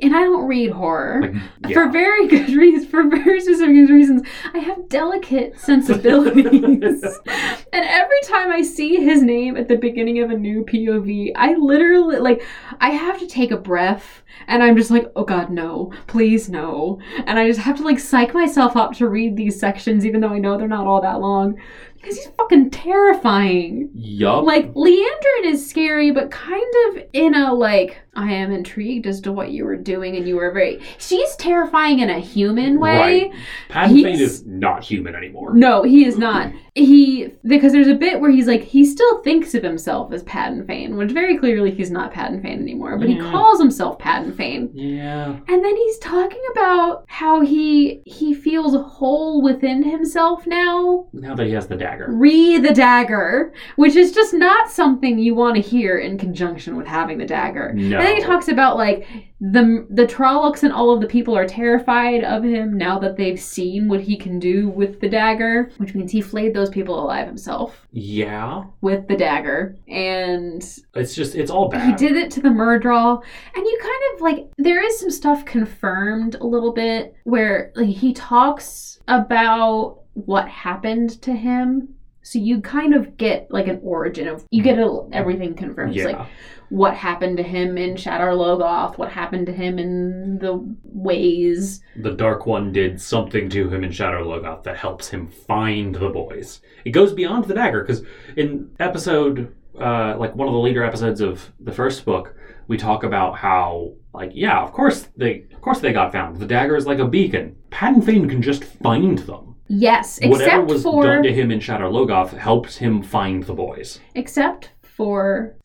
S1: and I don't read horror.
S2: Like,
S1: For
S2: yeah.
S1: very good reasons, for very specific reasons, I have delicate sensibilities. and every time I see his name at the beginning of a new POV, I literally, like, I have to take a breath and I'm just like, oh god, no, please no. And I just have to, like, psych myself up to read these sections, even though I know they're not all that long, because he's fucking terrifying.
S2: Yup.
S1: Like Leandrin is scary, but kind of in a like I am intrigued as to what you were doing, and you were very. She's terrifying in a human way.
S2: Right. Patton Fane
S1: he's-
S2: is not human anymore.
S1: No, he is not. He because there's a bit where he's like he still thinks of himself as Padden Fane, which very clearly he's not Padden Fane anymore, but he
S2: Yeah.
S1: calls himself Padden Fane.
S2: Yeah.
S1: And then he's talking about how he he feels whole within himself now.
S2: Now that he has the dagger.
S1: Re the dagger, which is just not something you want to hear in conjunction with having the dagger.
S2: No.
S1: And then he talks about like the the Trollocs and all of the people are terrified of him now that they've seen what he can do with the dagger, which means he flayed those people alive himself
S2: yeah.
S1: with the dagger, and
S2: It's just, it's all
S1: he
S2: bad.
S1: did it to the Murdral, and you kind of like there is some stuff confirmed a little bit where like, he talks about what happened to him. So you kind of get like an origin of you get a, everything confirmed.
S2: Yeah.
S1: It's like what happened to him in Shadar Logoth, what happened to him in the ways.
S2: the Dark One did something to him in Shadow Logoth that helps him find the boys. It goes beyond the dagger, because in episode, uh, like one of the later episodes of the first book, we talk about how, like, yeah, of course they, of course they got found. The dagger is like a beacon. Patton Fane can just find them.
S1: Yes,
S2: Whatever
S1: except
S2: was
S1: for
S2: done to him in Shadow Logoth helps him find the boys.
S1: except for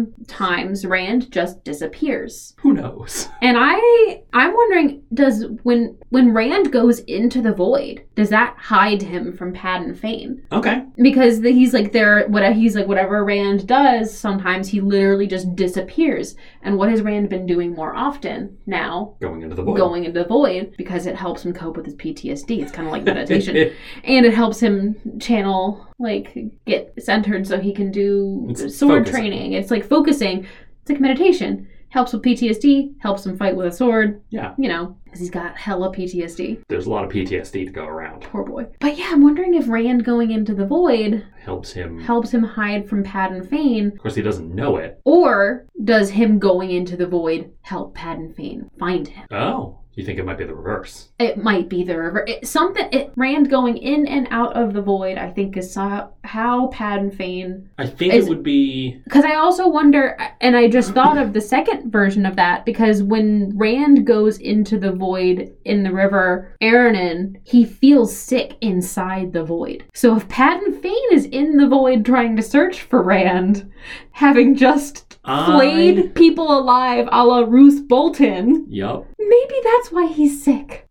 S1: sometimes Rand just disappears.
S2: Who knows?
S1: And I I'm wondering does when when Rand goes into the void, does that hide him from Padden Fane?
S2: Okay.
S1: Because the, he's like there what he's like whatever Rand does, sometimes he literally just disappears. And what has Rand been doing more often now?
S2: Going into the void.
S1: Going into the void because it helps him cope with his PTSD. It's kind of like meditation. and it helps him channel like get centered so he can do
S2: It's
S1: sword
S2: focusing.
S1: training it's like focusing it's like meditation helps with ptsd helps him fight with a sword
S2: yeah.
S1: you know because he's got hella ptsd
S2: There's a lot of PTSD to go around.
S1: poor boy but yeah i'm wondering if rand going into the void
S2: Helps him.
S1: helps him hide from Padden fane
S2: Of course, he doesn't know it.
S1: or does him going into the void help Padden fane find him
S2: Oh. You think it might be the reverse?
S1: it might be the river. It, something it, Rand going in and out of the void, I think, is so, how Padden Fane
S2: I think
S1: Is-
S2: it would be.
S1: Because I also wonder, and I just thought of the second version of that, because when Rand goes into the void in the river, Aranon, he feels sick inside the void. So if Patton Fane is in the void trying to search for Rand, having just flayed
S2: I-
S1: people alive a la Ruth Bolton,
S2: Yup.
S1: maybe that's why he's sick.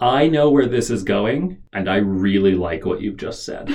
S2: I know where this is going, and I really like what you've just said.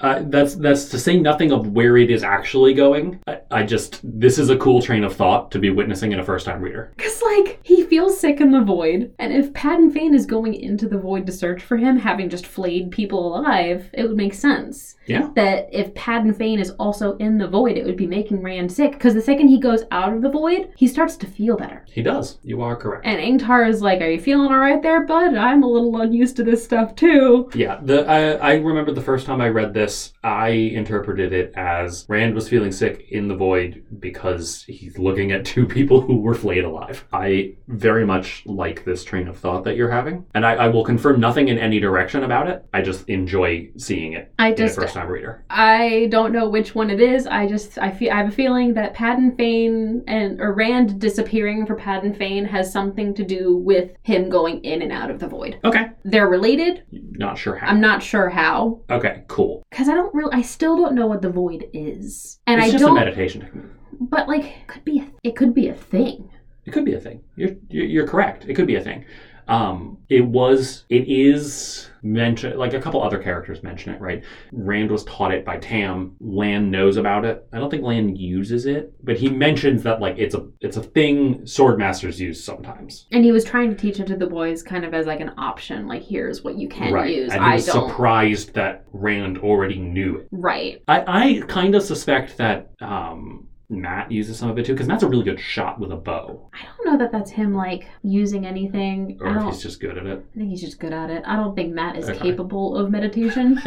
S2: uh, that's that's to say nothing of where it is actually going. I, I just this is a cool train of thought to be witnessing in a first time reader.
S1: Because, like, he feels sick in the void, and if Patton Fane is going into the void to search for him, having just flayed people alive, it would make sense.
S2: Yeah.
S1: That if Patton Fane is also in the void, it would be making Rand sick, because the second he goes out of the void, he starts to feel better.
S2: He does. You are correct.
S1: And Ingtar is like, Are you feeling alright there, bud? I'm a little unused to this stuff, too.
S2: yeah, the I, I remember the first time I read this, I interpreted it as Rand was feeling sick in the void because he's looking at two people who were flayed alive. I very much like this train of thought that you're having, and I, I will confirm nothing in any direction about it. I just enjoy seeing it
S1: I
S2: in a
S1: just.
S2: first time reader.
S1: I don't know which one it is. I just I feel I have a feeling that Padden Fane and or Rand disappearing for Padden Fane has something to do with him going in and out of the void.
S2: Okay.
S1: They're related.
S2: Not sure how.
S1: I'm not sure how
S2: okay, cool.
S1: because I don't really I still don't know what the void is, and
S2: it's
S1: I
S2: just
S1: don't.
S2: a meditation technique.
S1: but like it could be a, it could be a thing.
S2: It could be a thing. You're you're, you're correct. It could be a thing. Um, it was. It is mentioned. Like a couple other characters mention it, right? Rand was taught it by Tam. Lan knows about it. I don't think Lan uses it, but he mentions that like it's a it's a thing sword masters use sometimes.
S1: And he was trying to teach it to the boys, kind of as like an option. Like here's what you can
S2: right.
S1: use.
S2: And he
S1: I
S2: was
S1: don't.
S2: surprised that Rand already knew it.
S1: right.
S2: I, I kind of suspect that um, Matt uses some of it too, because Matt's a really good shot with a bow,
S1: I don't know that that's him like using anything. I
S2: or if
S1: don't-
S2: he's just good at it.
S1: I think he's just good at it. I don't think Matt is
S2: Okay.
S1: capable of meditation.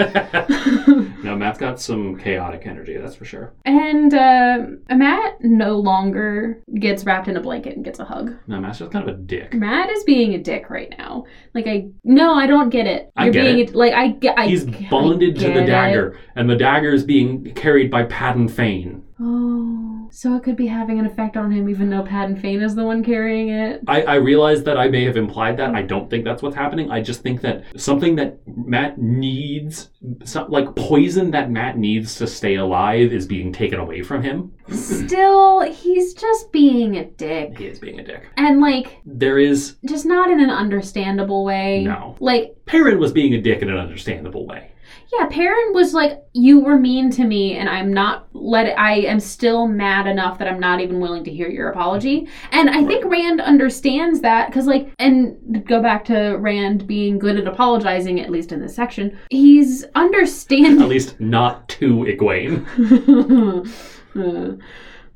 S2: no, Matt's got some chaotic energy, that's for sure.
S1: and uh, Matt no longer gets wrapped in a blanket and gets a hug.
S2: No, Matt's just kind of a dick.
S1: Matt is being a dick right now. Like I no, I don't get it.
S2: I get
S1: being A, like I get. I,
S2: He's
S1: I
S2: bonded to
S1: get
S2: the
S1: it.
S2: dagger, and the dagger is being carried by Patton Fane.
S1: Oh, so it could be having an effect on him, even though Pat and Fane is the one carrying it.
S2: I, I realize that I may have implied that. I don't think that's what's happening. I just think that something that Matt needs, some, like poison that Matt needs to stay alive, is being taken away from him.
S1: Still, he's just being a dick,
S2: He is being a dick.
S1: and like
S2: There is
S1: just not in an understandable way.
S2: no.
S1: Like
S2: Perrin was being a dick in an understandable way.
S1: Yeah, Perrin was like, "You were mean to me, and I'm not let. I am still mad enough that I'm not even willing to hear your apology." And I think Rand understands that because, like, and to go back to Rand being good at apologizing, at least in this section, he's
S2: At
S1: understanding.
S2: least not to Egwene.
S1: Uh,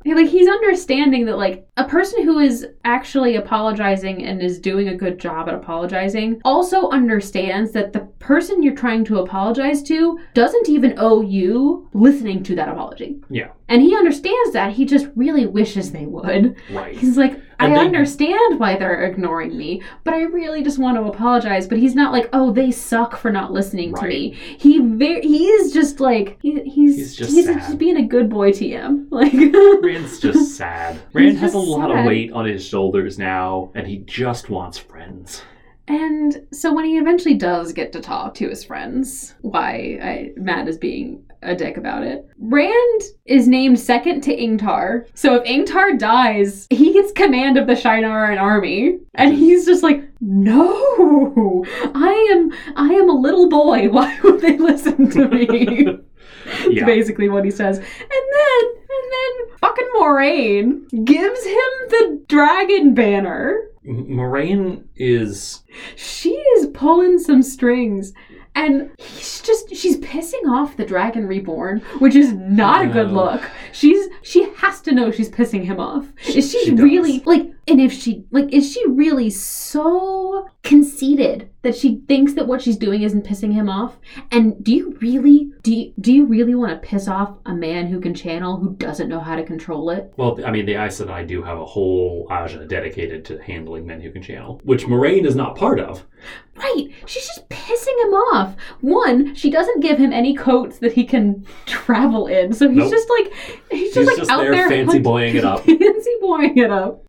S1: like he's understanding that like a person who is actually apologizing and is doing a good job at apologizing also understands that the person you're trying to apologize to doesn't even owe you listening to that apology.
S2: Yeah.
S1: And he understands that. He just really wishes they would.
S2: Right.
S1: He's like,
S2: And
S1: I
S2: they-
S1: understand why they're ignoring me, but I really just want to apologize. But he's not like, oh, they suck for not listening to
S2: Right.
S1: me. He very, he is just like he, he's
S2: He's
S1: he's
S2: just
S1: just,
S2: sad.
S1: being a good boy to you. Like
S2: Rand's just sad. Rand has
S1: just
S2: a lot of
S1: sad.
S2: weight on his shoulders now, and he just wants friends.
S1: And so when he eventually does get to talk to his friends, why I, Matt is being a dick about it. Rand is named second to Ingtar. So if Ingtar dies, he gets command of the Shinaran army. And he's just like, no, I am I am a little boy. Why would they listen to me? It's
S2: Yeah.
S1: basically what he says. And then, and then fucking Moraine gives him the dragon banner.
S2: M- Moraine is
S1: She is pulling some strings. And he's just she's pissing off the dragon reborn, which is not a good
S2: No.
S1: look. She's she has to know she's pissing him off. Is she,
S2: she does.
S1: really like and if she like is she really so conceited that she thinks that what she's doing isn't pissing him off? And do you really do you, do you really want to piss off a man who can channel who doesn't know how to control it?
S2: well. I mean, the Aes Sedai do have a whole Aja dedicated to handling men who can channel, which Moraine is not part of.
S1: Right. She's just pissing him off. One, she doesn't give him any coats that he can travel in. So he's
S2: Nope.
S1: just like he's just
S2: She's
S1: like
S2: just
S1: out
S2: there
S1: there
S2: fancy
S1: hunt-
S2: boying it up.
S1: fancy boying it up.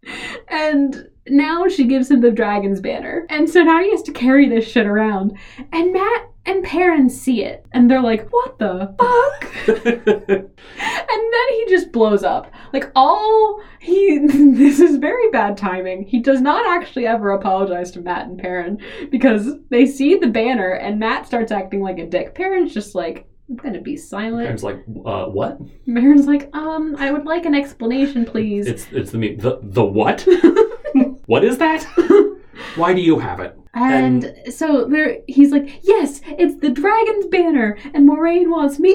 S1: And now she gives him the dragon's banner. And so now he has to carry this shit around. And Matt and Perrin see it. And they're like, what the fuck? And then he just blows up. Like all he this is very bad timing. He does not actually ever apologize to Matt and Perrin because they see the banner and Matt starts acting like a dick. Perrin's just like, I'm gonna be silent.
S2: Perrin's like, uh, what?
S1: Perrin's like, um, I would like an explanation, please.
S2: It's it's the meme. The the what? what is that? Why do you have it?
S1: And, so there he's like, Yes, it's the dragon's banner and Moraine wants me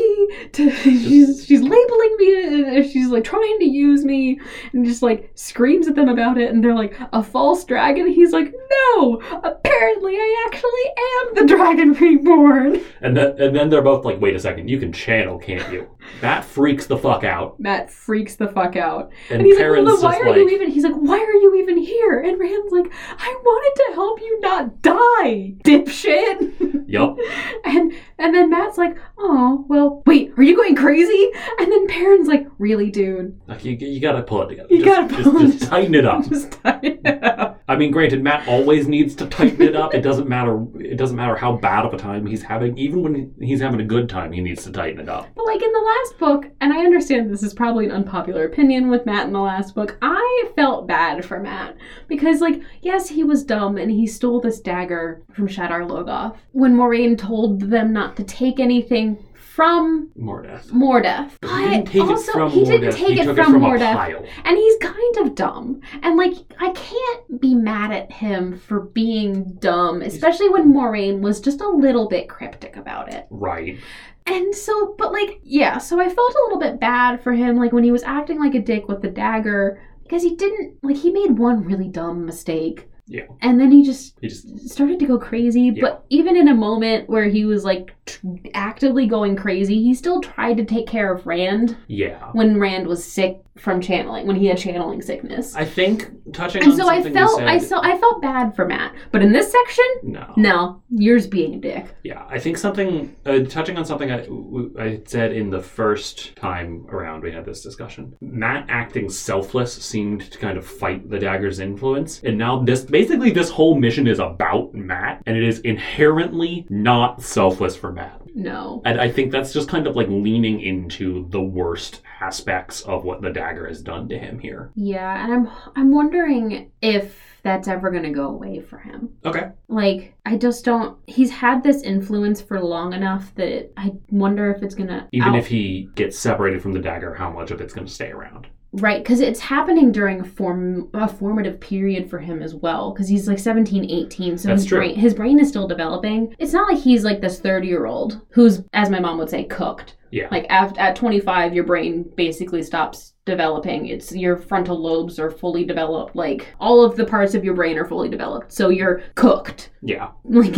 S1: to she's she's labeling me and- and she's like trying to use me and just like screams at them about it and they're like, A false dragon? He's like, No, apparently I actually am the dragon reborn.
S2: And then and then they're both like, wait a second, you can channel, can't you? That freaks the fuck out.
S1: Matt freaks the fuck out.
S2: And,
S1: And he's like,
S2: Perrin's
S1: Lola, why
S2: just
S1: are
S2: like,
S1: you even he's like, Why are you even here? And Rand's like, I wanted to help you not die, dipshit.
S2: yup.
S1: And and then Matt's like, "Oh, well, wait, are you going crazy?" And then Perrin's like, "Really, dude?
S2: Like, you, you gotta pull it together.
S1: You
S2: just,
S1: gotta
S2: just-
S1: pull
S2: just,
S1: it-
S2: tighten it up.
S1: Just tired." yeah.
S2: I mean, granted, Matt always needs to tighten it up. It doesn't matter. It doesn't matter how bad of a time he's having. Even when he's having a good time, he needs to tighten it up.
S1: But like in the last book, and I understand this is probably an unpopular opinion with Matt in the last book, I felt bad for Matt because like yes, he was dumb and he stole this dagger from Shadar Logoth when Moraine told them not to take anything from
S2: Mordeth.
S1: Mordeth. But
S2: he didn't take
S1: also,
S2: it from
S1: he
S2: Mordeth.
S1: didn't take
S2: he
S1: it
S2: took
S1: from,
S2: it from a
S1: Mordeth.
S2: pile.
S1: And he's kind of dumb. And like I can't be mad at him for being dumb, especially when Moraine was just a little bit cryptic about it.
S2: Right.
S1: And so but like yeah, so I felt a little bit bad for him like when he was acting like a dick with the dagger because he didn't like he made one really dumb mistake.
S2: Yeah.
S1: And then he just
S2: He just
S1: started to go crazy,
S2: Yeah.
S1: but even in a moment where he was like t- actively going crazy, he still tried to take care of Rand
S2: yeah.
S1: when Rand was sick from channeling, when he had channeling sickness.
S2: I think touching
S1: and
S2: on
S1: so I
S2: something
S1: felt
S2: you said,
S1: I so I felt bad for Matt, but in this section,
S2: no.
S1: no, yours being a dick.
S2: Yeah, I think something uh, touching on something I, w- I said in the first time around we had this discussion. Matt acting selfless seemed to kind of fight the dagger's influence, and now this basically this whole mission is about Matt, and it is inherently not selfless for Matt.
S1: No.
S2: And I think that's just kind of like leaning into the worst aspects of what the dagger has done to him here.
S1: Yeah, and I'm I'm wondering if that's ever going to go away for him.
S2: Okay.
S1: Like I just don't he's had this influence for long enough that it, I wonder if it's going to
S2: Even if he gets separated from the dagger, how much of it's going to stay around?
S1: Right, cuz it's happening during a form a formative period for him as well cuz he's like 17, 18, so
S2: That's
S1: his
S2: true.
S1: brain his brain is still developing. It's not like he's like this 30-year-old who's as my mom would say cooked.
S2: Yeah.
S1: Like at, at 25, your brain basically stops developing. It's your frontal lobes are fully developed. Like all of the parts of your brain are fully developed. So you're cooked.
S2: yeah.
S1: Like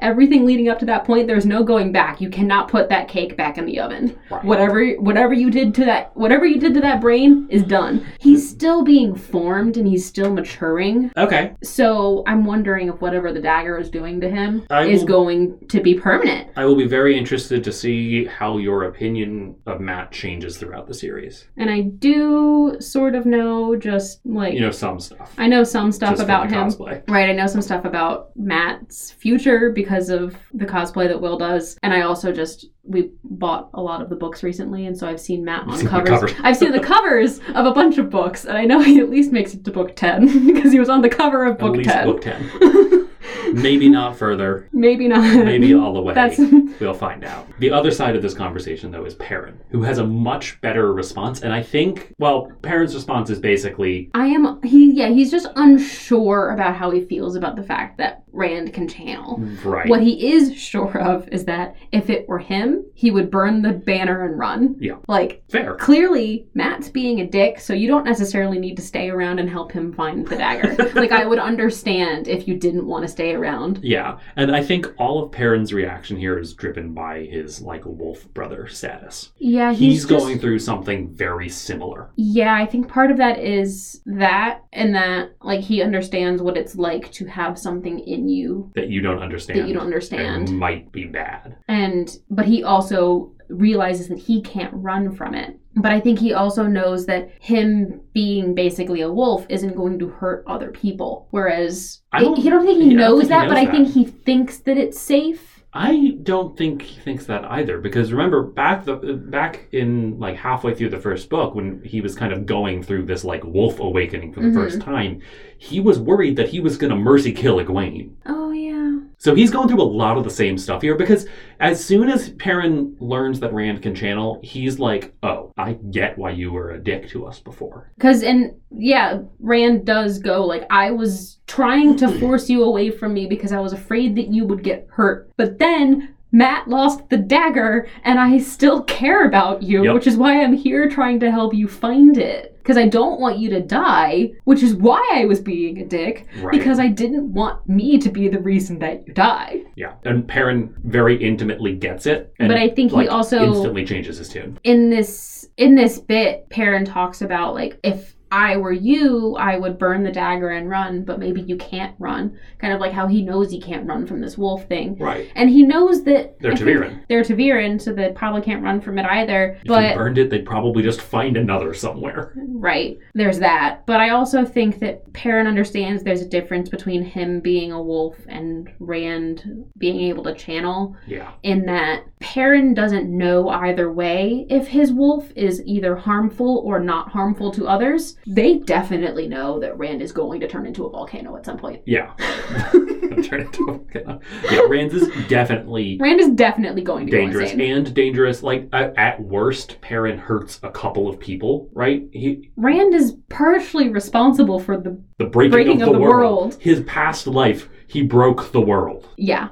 S1: everything leading up to that point, there's no going back. You cannot put that cake back in the oven.
S2: Right.
S1: Whatever whatever you did to that whatever you did to that brain is done. He's still being formed and he's still maturing.
S2: Okay.
S1: So I'm wondering if whatever the dagger is doing to him
S2: I
S1: is
S2: will-
S1: going to be permanent.
S2: I will be very interested to see how your opinion of Matt changes throughout the series.
S1: And I do sort of know just like
S2: You know, some stuff.
S1: I know some stuff
S2: Just from
S1: about
S2: the
S1: him.
S2: Cosplay.
S1: Right, I know some stuff about Matt's future older because of the cosplay that Will does, and I also just we bought a lot of the books recently, and so I've seen Matt on
S2: Seen the
S1: covers.
S2: covers.
S1: I've seen the covers of a bunch of books, and I know he at least makes it to book ten because he was on the cover of
S2: At
S1: book
S2: least
S1: ten.
S2: book 10. Maybe not further.
S1: Maybe not.
S2: Maybe all the way.
S1: That's
S2: We'll find out. The other side of this conversation, though, is Perrin, who has a much better response. And I think, well, Perrin's response is basically,
S1: I am he yeah, he's just unsure about how he feels about the fact that Rand can channel.
S2: right.
S1: What he is sure of is that if it were him, he would burn the banner and run.
S2: Yeah.
S1: Like
S2: Fair.
S1: clearly Matt's being a dick, so you don't necessarily need to stay around and help him find the dagger. like I would understand if you didn't want to stay around.
S2: Yeah. And I think all of Perrin's reaction here is driven by his, like, wolf brother status.
S1: Yeah,
S2: He's,
S1: he's, just-
S2: going through something very similar.
S1: Yeah, I think part of that is that and that like he understands what it's like to have something in you
S2: That you don't understand.
S1: that you don't understand.
S2: And might be bad.
S1: and but he also realizes that he can't run from it but i think he also knows that him being basically a wolf isn't going to hurt other people whereas
S2: I
S1: i
S2: don't-
S1: don't, he, don't think he
S2: yeah, I don't
S1: knows
S2: think he
S1: that but
S2: knows
S1: i think
S2: that.
S1: he thinks that it's safe
S2: I don't think he thinks that either, because remember back the back in like halfway through the first book when he was kind of going through this like wolf awakening for the
S1: Mhm.
S2: first time, he was worried that he was going to mercy kill Egwene.
S1: oh yeah
S2: So he's going through a lot of the same stuff here because as soon as Perrin learns that Rand can channel, he's like, "Oh, I get why you were a dick to us before."
S1: because and yeah rand does go like i was trying to force you away from me because i was afraid that you would get hurt but then matt lost the dagger and i still care about you
S2: Yep.
S1: which is why i'm here trying to help you find it because i don't want you to die which is why i was being a dick
S2: Right.
S1: because i didn't want me to be the reason that you die
S2: yeah, and Perrin very intimately gets it, and
S1: But I think he
S2: like,
S1: also-
S2: instantly changes his tune.
S1: in this in this bit Perrin talks about like if I were you, I would burn the dagger and run, but maybe you can't run. Kind of like how he knows he can't run from this wolf thing.
S2: Right,
S1: And he knows that
S2: they're
S1: I think
S2: Taviran.
S1: They're Taviran, so they probably can't run from it either.
S2: If
S1: but
S2: you burned it, they'd probably just find another somewhere.
S1: Right. There's that. But I also think that Perrin understands there's a difference between him being a wolf and Rand being able to channel
S2: Yeah.
S1: in that Perrin doesn't know either way if his wolf is either harmful or not harmful to others. They definitely know that Rand is going to turn into a volcano at some point.
S2: Yeah. I'm turning to a volcano. Yeah, Rand's is definitely
S1: Rand is definitely going to
S2: dangerous
S1: go insane.
S2: and dangerous. Like at, at worst, Perrin hurts a couple of people. Right? He
S1: Rand is partially responsible for the
S2: the breaking,
S1: Breaking
S2: of,
S1: of
S2: the,
S1: the
S2: world.
S1: world.
S2: His past life, he broke the world.
S1: yeah.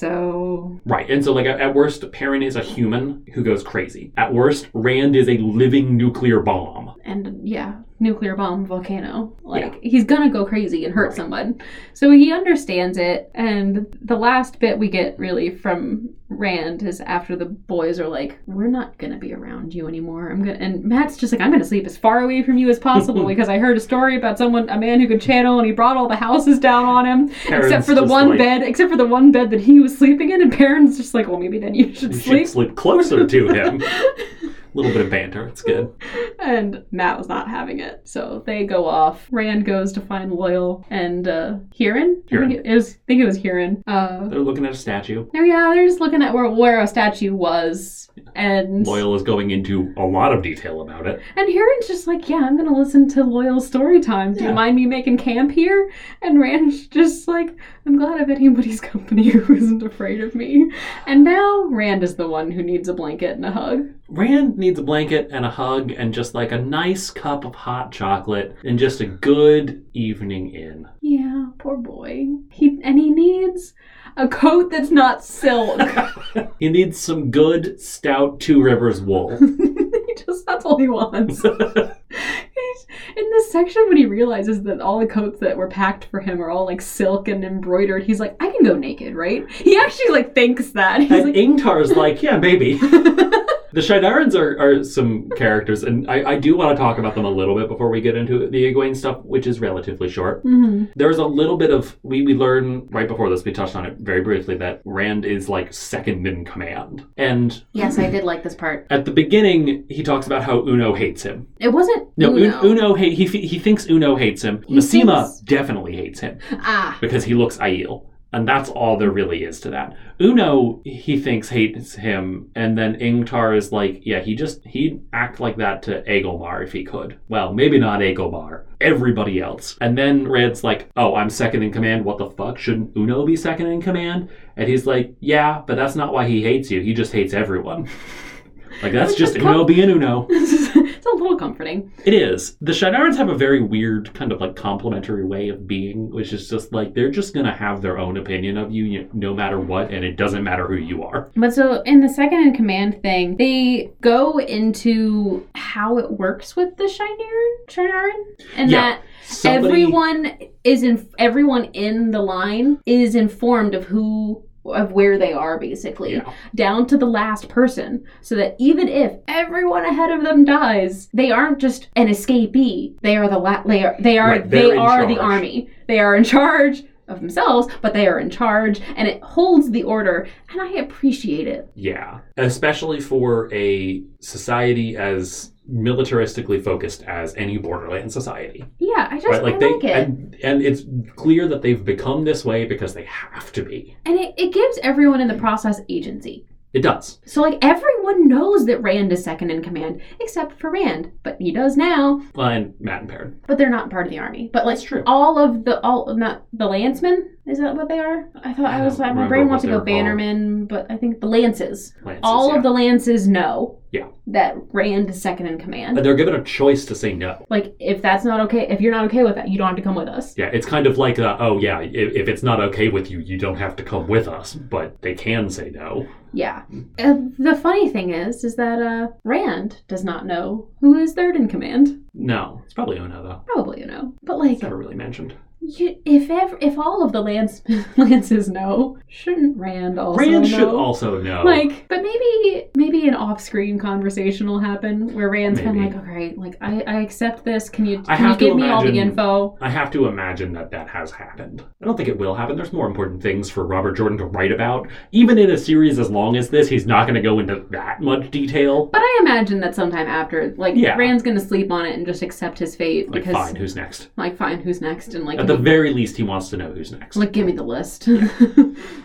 S1: So
S2: Right. And so, like at, at worst, Perrin is a human who goes crazy. At worst, Rand is a living nuclear bomb.
S1: and yeah, nuclear bomb volcano. Like he's gonna go crazy and hurt someone. So he understands it. And the last bit we get really from Rand is after the boys are like, "We're not gonna be around you anymore. I'm gonna." And Matt's just like, "I'm gonna sleep as far away from you as possible because I heard a story about someone, a man who could channel, and he brought all the houses down on him, except
S2: Perrin's
S1: for the
S2: just
S1: one
S2: like,
S1: bed, except for the one bed that he was sleeping in." And Perrin's just like, "Well, maybe then you should
S2: You
S1: sleep."
S2: should sleep closer to him. A little bit of banter. It's good.
S1: And Matt was not having it. So they go off. Rand goes to find Loyal and uh Huron. I
S2: Huron.
S1: think it, it was I think it was Huron. Uh
S2: They're looking at a statue.
S1: there yeah, they're just looking at where where a statue was. And
S2: Loyal is going into a lot of detail about it.
S1: and Huron's just like, Yeah, I'm gonna listen to Loyal's story time. Do
S2: Yeah.
S1: you mind me making camp here? And Rand's just like, I'm glad I've anybody's company who isn't afraid of me. And now Rand is the one who needs a blanket and a hug.
S2: Rand needs a blanket and a hug and just like a nice cup of hot chocolate and just a good evening in.
S1: Yeah, poor boy. He and he needs a coat that's not silk.
S2: He needs some good stout Two Rivers wool.
S1: he just that's all he wants. He's- in this section when he realizes that all the coats that were packed for him are all like silk and embroidered, he's like, I can go naked, right? He actually like thinks that. He's
S2: and
S1: like
S2: Ingtar's like, yeah, maybe. The Shidarans are, are some characters, and I, I do want to talk about them a little bit before we get into the Egwene stuff, which is relatively short.
S1: Mhm.
S2: There's a little bit of we, we learn right before this, we touched on it very briefly, that Rand is like second in command. And
S1: Yes, I did like this part.
S2: at the beginning, he talks about how Uno hates him.
S1: It wasn't
S2: No, Un-
S1: Uno.
S2: Uno, hate, he, f- he thinks Uno hates him.
S1: He
S2: Masima
S1: thinks-
S2: definitely hates him
S1: Ah.
S2: because he looks Aiel. And that's all there really is to that. Uno, he thinks hates him, and then Ingtar is like, yeah, he just he'd act like that to Egilmar if he could. Well, maybe not Egilmar, everybody else. And then Red's like, oh, I'm second in command. What the fuck? Shouldn't Uno be second in command? And he's like, yeah, but that's not why he hates you. He just hates everyone. like that's
S5: Which
S2: just
S5: is com-
S2: Uno being Uno.
S5: it's a little comforting.
S2: It is. The Shadowrans have a very weird kind of like complimentary way of being, which is just like they're just gonna have their own opinion of you, you no matter what, and it doesn't matter who you are.
S1: But so in the second in command thing, they go into how it works with the Shinarin, Shinarin and
S2: Yeah.
S1: that
S2: Somebody-
S1: everyone is in everyone in the line is informed of who of where they are basically
S2: Yeah.
S1: down to the last person so that even if everyone ahead of them dies they aren't just an escapee they are the la- they are they are
S2: Right, they're
S1: they
S2: in
S1: are the
S2: charge.
S1: army they are in charge of themselves but they are in charge and it holds the order and i appreciate it
S2: Yeah. Especially for a society as militaristically focused as any borderland society.
S1: yeah i just
S2: Right?
S1: I
S2: Like
S1: like
S2: they
S1: it
S2: and and it's clear that they've become this way because they have to be.
S1: and it, it gives everyone in the process agency
S2: It does.
S1: So like everyone knows that Rand is second in command, except for Rand, but he does now.
S2: Well, and Matt and Perrin.
S1: But they're not part of the army. But like
S2: That's true.
S1: all of the all not the lancemen is that what they are? I thought I,
S2: I
S1: was
S2: don't
S1: my
S2: remember
S1: brain
S2: what
S1: wants to
S2: they're
S1: go
S2: called.
S1: bannermen, but I think the lances.
S2: Lances,
S1: all
S2: yeah.
S1: of the lances know
S2: Yeah.
S1: that Rand is second in command.
S2: And they're given a choice to say no.
S1: like if that's not okay, if you're not okay with that, you don't have to come with us.
S2: Yeah, it's kind of like, uh, oh yeah, if, if it's not okay with you, you don't have to come with us, but they can say no.
S1: Yeah. Uh, the funny thing is, is that uh, Rand does not know who is third in command.
S2: No, it's probably Una though.
S1: Probably you know, but like
S2: It's never really mentioned.
S1: You, if ever, if all of the lance, lances know, shouldn't Rand also
S2: Rand should
S1: know?
S2: also know.
S1: like, but maybe maybe an off-screen conversation will happen where Rand's kind
S2: Maybe.
S1: of like, all right, like I, I accept this. Can you
S2: I
S1: can you
S2: have to
S1: give me all the
S2: imagine-
S1: info?
S2: I have to imagine that that has happened. I don't think it will happen. There's more important things for Robert Jordan to write about. Even in a series as long as this, he's not going to go into that much detail.
S1: But I imagine that sometime after, like
S2: Yeah.
S1: Rand's gonna sleep on it and just accept his fate
S2: Like,
S1: because,
S2: fine, who's next?
S1: like, fine, who's next? And like,
S2: At the very least, he wants to know who's next.
S1: like, give me the list.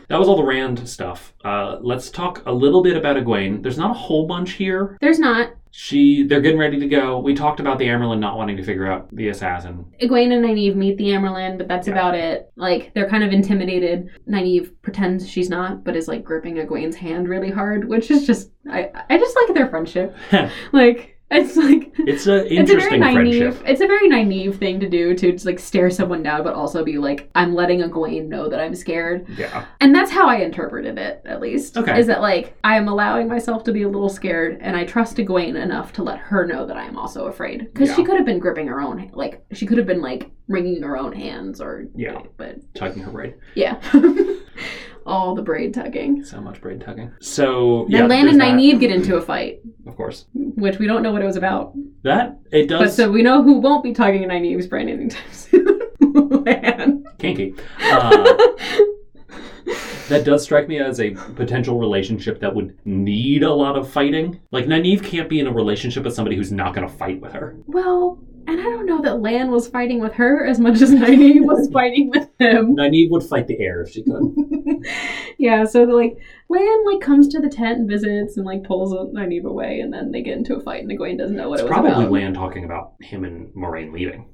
S2: That was all the Rand stuff. Uh, let's talk a little bit about Egwene. There's not a whole bunch here.
S1: There's not
S2: She, they're getting ready to go. We talked about the Amerlin not wanting to figure out the assassin.
S1: Egwene and Nynaeve meet the Amerlin, but that's
S2: Yeah.
S1: about it. Like, they're kind of intimidated. Nynaeve pretends she's not, but is like gripping Egwene's hand really hard, which is just, I, I just like their friendship. like, it's like,
S2: It's an
S1: it's a very
S2: interesting
S1: naive,
S2: friendship.
S1: it's a very naive thing to do to just like stare someone down, but also be like, I'm letting Egwene know that I'm scared.
S2: Yeah.
S1: And that's how I interpreted it, at least.
S2: Okay.
S1: Is that like, I am allowing myself to be a little scared, and I trust Egwene enough to let her know that I am also afraid. Because she
S2: Yeah.
S1: could have been gripping her own, like, she could have been, like, wringing her own hands or.
S2: Yeah.
S1: But,
S2: Tugging her braid.
S1: yeah. All the braid tugging.
S2: So much braid tugging. So, yeah.
S1: Then Lan
S2: there's
S1: and
S2: that,
S1: Nynaeve get into a fight,
S2: Of course.
S1: which we don't know what it was about.
S2: That, it does.
S1: But so we know who won't be tugging Nynaeve's braid anytime soon. Lan.
S2: Kinky. Uh, that does strike me as a potential relationship that would need a lot of fighting. Like, Nynaeve can't be in a relationship with somebody who's not going to fight with her.
S1: Well, and I don't know that Lan was fighting with her as much as Nynaeve was fighting with him.
S2: Nynaeve would fight the air if she could.
S1: yeah, so like Lan like comes to the tent and visits and like pulls Nynaeve away, and then they get into a fight, and Egwene doesn't know what
S2: it's
S1: it was
S2: probably
S1: about.
S2: Lan talking about him and Moraine leaving.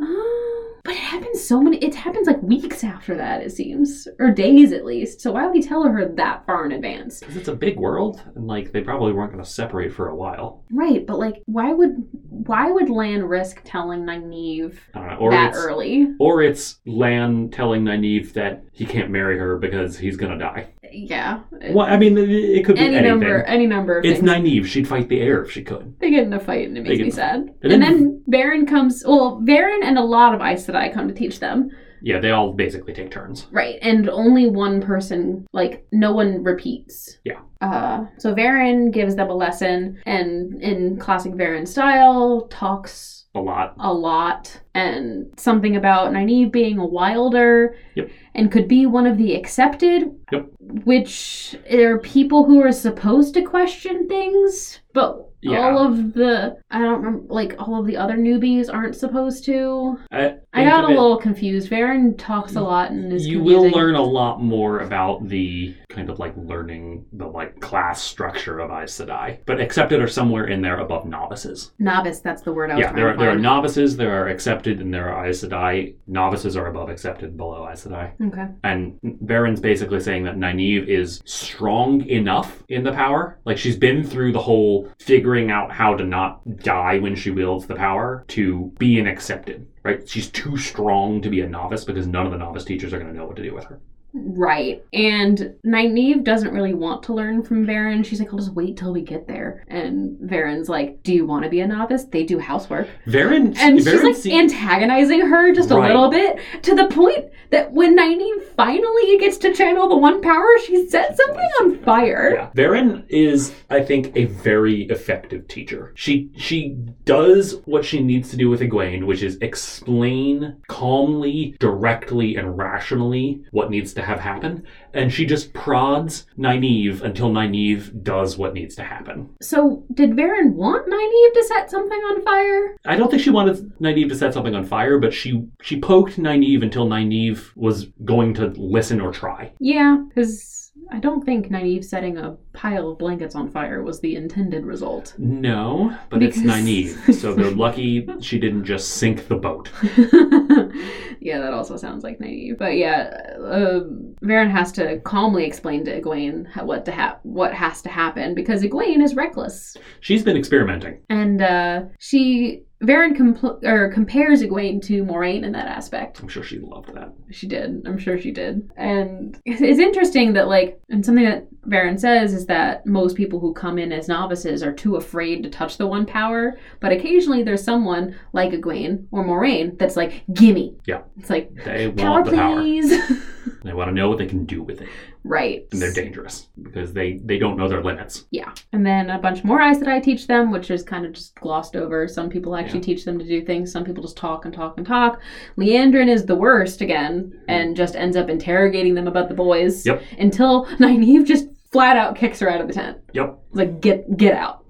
S1: Uh, but it happens so many. It happens like weeks after that, it seems, or days at least. So why would he tell her that far in advance?
S2: Because it's a big world, and, like, they probably weren't going to separate for a while.
S1: Right, but like, why would why would Lan risk telling Nynaeve
S2: I don't know, or
S1: that
S2: it's
S1: early?
S2: or it's Lan telling Nynaeve that he can't marry her because he's gonna die.
S1: Yeah.
S2: Well, I mean, it, it could be
S1: any
S2: anything.
S1: number, any number of
S2: it's
S1: things.
S2: Nynaeve. She'd fight the air if she could.
S1: They get in a fight and it makes
S2: get
S1: me
S2: in a fight.
S1: sad.
S2: And
S1: And
S2: then-
S1: then Varen comes. Well, Varen and a lot of Aes Sedai come to teach them.
S2: Yeah, they all basically take turns.
S1: Right, and only one person, like no one repeats.
S2: Yeah.
S1: Uh, so Varen gives them a lesson, and in classic Varen style, talks
S2: A lot.
S1: a lot and something about Nynaeve being a wilder
S2: Yep.
S1: and could be one of the accepted.
S2: Yep.
S1: Which are people who are supposed to question things, but
S2: Yeah,
S1: all of the I don't remember like all of the other newbies aren't supposed to.
S2: I,
S1: I
S2: think
S1: got a
S2: of it-
S1: little confused. Varen talks a lot and is
S2: you will
S1: confusing.
S2: learn a lot more about the kind of like learning the like class structure of Aes Sedai, but accepted are somewhere in there above novices.
S5: Novice, that's the word I was
S2: Yeah,
S5: trying
S2: there are,
S5: to
S2: there are
S5: find.
S2: novices, there are accepted, and there are Aes Sedai. Novices are above accepted, below Aes Sedai.
S5: okay.
S2: And Baron's basically saying that Nynaeve is strong enough in the power. Like, she's been through the whole figuring out how to not die when she wields the power to be an accepted, right? She's too strong to be a novice because none of the novice teachers are going to know what to do with her.
S5: Right.
S1: And Nynaeve doesn't really want to learn from Varen. She's like, I'll just wait till we get there.
S5: And Varen's like, Do you want to be a novice? They do housework.
S2: Varen,
S5: And she's
S2: Varen
S5: like
S2: se-
S5: antagonizing her just a
S2: Right.
S5: little bit to the point that when Nynaeve finally gets to channel the one power, she sets something on fire.
S2: Yeah. Varen is, I think, a very effective teacher. She she does what she needs to do with Egwene, which is explain calmly, directly, and rationally what needs to have happen, and she just prods Nynaeve until Nynaeve does what needs to happen.
S1: So, did Varen want Nynaeve to set something on fire?
S2: I don't think she wanted Nynaeve to set something on fire, but she she poked Nynaeve until Nynaeve was going to listen or try.
S1: Yeah, because I don't think Nynaeve setting a pile of blankets on fire was the intended result.
S2: No, but it's
S1: Because-
S2: Nynaeve, so they're lucky she didn't just sink the boat.
S1: yeah, that also sounds like Nynaeve. But yeah, uh, Varen has to calmly explain to Egwene ha- what to ha- what has to happen because Egwene is reckless.
S2: She's been experimenting.
S1: And uh, she Varen compl- or compares Egwene to Moraine in that aspect.
S2: I'm sure she loved that.
S1: She did. I'm sure she did. And it's- it's interesting that like and something that Varen says is that most people who come in as novices are too afraid to touch the one power, but occasionally there's someone like Egwene or Moraine that's like, "Gimme."
S2: Yeah.
S1: It's like
S2: They
S1: power
S2: want the power.
S1: please.
S2: They want to know what they can do with it.
S1: right.
S2: And they're dangerous because they, they don't know their limits.
S1: And then a bunch more eyes that I teach them, which is kind of just glossed over. Some people actually teach them to do things. Some people just talk and talk and talk. Leandrin is the worst again and just ends up interrogating them about the boys
S2: Mm-hmm. Yep.
S1: until Nynaeve just flat out kicks her out of the tent.
S2: Yep.
S1: Like, get get out.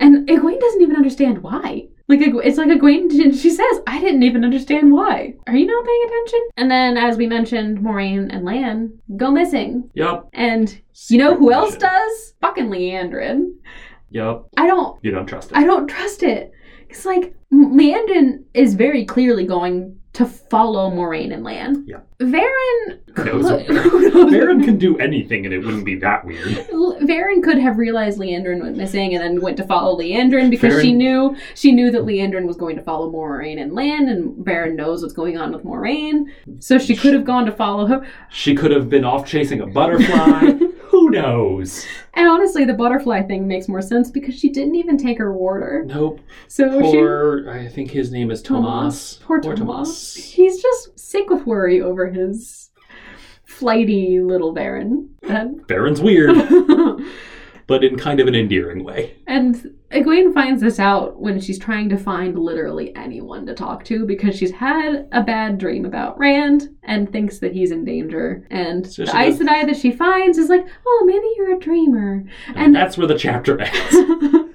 S1: and Egwene doesn't even understand why. Like, Egw- it's like Egwene, didn't- she says, I didn't even understand why. Are you not paying attention? And then, as we mentioned, Moraine and Lan go missing.
S2: Yep.
S1: And you know who else
S2: Secret
S1: does? Fucking Leandrin.
S2: mission. Yep.
S1: I don't
S2: You don't trust it.
S1: I don't trust it. It's like M- Leandon is very clearly going to follow Moraine and Lan.
S2: Yeah.
S1: Varen
S2: Who knows what- Baron
S1: Varen
S2: can do anything and it wouldn't be that weird.
S1: Varen could have realized Leandrin was missing and then went to follow Leandrin because she
S2: Varen-
S1: knew she knew that Leandrin was going to follow Moraine and Lan and Varen knows what's going on with Moraine. So she could have gone to follow her.
S2: She could have been off chasing a butterfly. Who knows?
S1: And honestly the butterfly thing makes more sense because she didn't even take her water.
S4: Nope.
S1: So she
S4: Poor, I think his name is Tomas.
S1: Tomas. Poor Tomas. He's just sick with worry over his flighty little Baron. And,
S2: Baron's weird, but in kind of an endearing way.
S1: and Egwene finds this out when she's trying to find literally anyone to talk to because she's had a bad dream about Rand and thinks that he's in danger. And
S4: So
S1: the
S4: she
S1: Aes Sedai that she finds is like, oh, maybe you're a dreamer.
S2: And,
S1: And-
S2: that's where the chapter ends.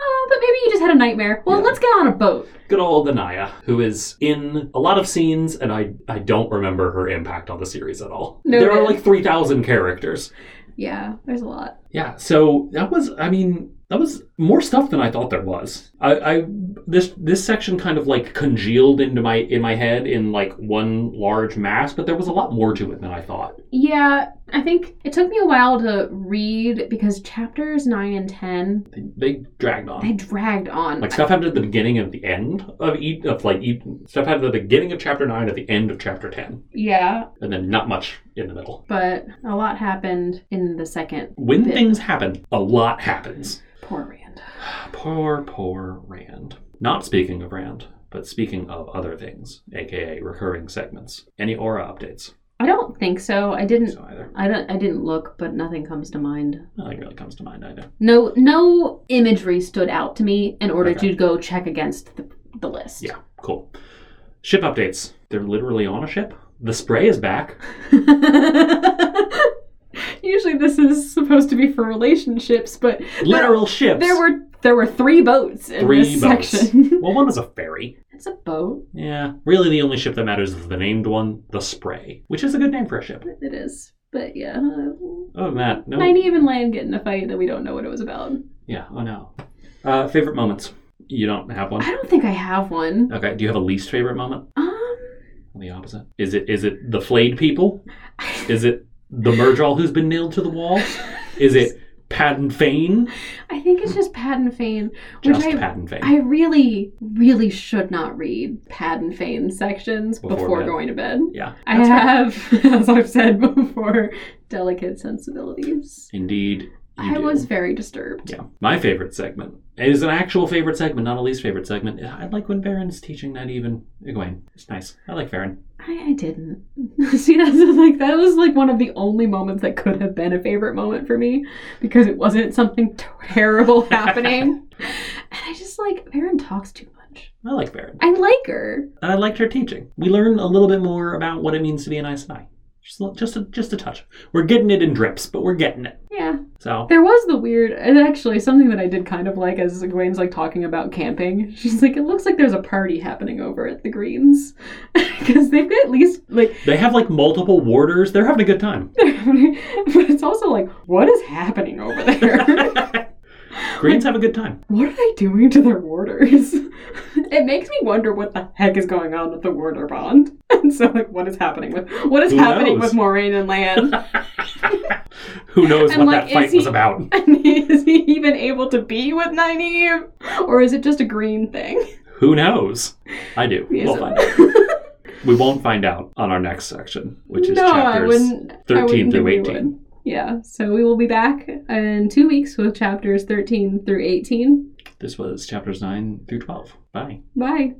S1: oh, but maybe you just had a nightmare. Well,
S2: Yeah.
S1: let's get on a boat.
S2: Good old Anaya, who is in a lot of scenes, and I, I don't remember her impact on the series at all.
S1: No,
S2: there are
S1: really.
S2: like 3,000 characters.
S1: Yeah, there's a lot.
S4: Yeah.
S2: So that was, I mean, that was more stuff than I thought there was. I, I this this section kind of like congealed into my in my head in like one large mass, but there was a lot more to it than I thought.
S1: Yeah, I think it took me a while to read because chapters 9 and 10
S2: They, they dragged
S1: They
S2: on.
S1: dragged on.
S2: Like stuff happened at the beginning and the end of each of like each, stuff happened at the beginning of chapter nine at the end of chapter ten,
S1: yeah,
S2: and then not much in the middle.
S1: but a lot happened in the second.
S2: When
S1: Bit.
S2: things happen, a lot happens.
S1: Poor Rand.
S2: Poor, poor Rand. Not speaking of Rand, but speaking of other things, aka recurring segments. Any aura updates?
S1: I don't think so. I didn't.
S2: So either.
S1: I don't. I didn't look, but nothing comes to mind.
S2: Nothing really comes to mind either.
S1: No, no imagery stood out to me in order
S2: Okay.
S1: to go check against the, the list.
S2: Yeah, cool. Ship updates. They're literally on a ship. The spray is back.
S1: you usually this is supposed to be for relationships, but
S2: Literal ships.
S1: there were there were three boats in
S2: Three
S1: this
S2: boats.
S1: section.
S2: Well, one was a ferry.
S1: it's a boat.
S2: Yeah. Really, the only ship that matters is the named one, the Spray, which is a good name for a ship.
S1: It is. But yeah.
S2: Other than that, no.
S1: Ninety even land get in a fight that we don't know what it was about.
S2: Yeah. Oh no. Uh, favorite moments. You don't have one.
S1: I don't think I have one.
S2: Okay. Do you have a least favorite moment?
S1: Um
S2: The opposite. Is it is it the flayed people? Is it the Murdrawl who's been nailed to the wall? Is it Patton Fane?
S1: I think it's just Patton Fane, which
S2: Just
S1: I
S2: Patton Fane.
S1: I really, really should not read Patton Fane sections
S2: Before
S1: before,
S2: bed.
S1: going to bed.
S2: yeah.
S1: I
S2: that's fair.
S1: have, as I've said before, delicate sensibilities.
S2: Indeed. you
S1: I
S2: do.
S1: was very disturbed.
S2: Yeah. My favorite segment it is an actual favorite segment, not a least favorite segment. I like when Baron's teaching that even Egwene. It's nice. I like Baron.
S1: I, I didn't. See, that's like that was like one of the only moments that could have been a favorite moment for me because it wasn't something terrible happening. and I just like Erin talks too much.
S2: I like Baron.
S1: I like her.
S2: And I liked her teaching. We learn a little bit more about what it means to be an Aes Sedai. Just a, just a, just a touch. We're getting it in drips, but we're getting it.
S1: Yeah.
S2: So
S1: There was the weird, and actually something that I did kind of like as Gwen's like talking about camping. She's like, it looks like there's a party happening over at the Greens because they've got at least like,
S2: they have like multiple warders. They're having a good time.
S1: they're having- but it's also like, what is happening over there?
S2: Greens have a good time.
S1: what are they doing to their warders? it makes me wonder what the heck is going on with the warder bond. And so like, what is happening with what is
S2: Who
S1: happening
S2: knows?
S1: with Moraine and Lan?
S2: Who knows
S1: And,
S2: what
S1: like,
S2: that fight
S1: is he-
S2: was about?
S1: and is he even able to be with Nynaeve, or is it just a green thing?
S2: Who knows? I do.
S1: Yes.
S2: We'll find out. We won't find out on our next section, which is
S1: no, I
S2: chapters
S1: wouldn't, I
S2: 13
S1: wouldn't
S2: through
S1: think we
S2: 18.
S1: would. Yeah, so we will be back in two weeks with chapters 13 through 18.
S2: This was chapters 9 through 12. Bye.
S1: Bye.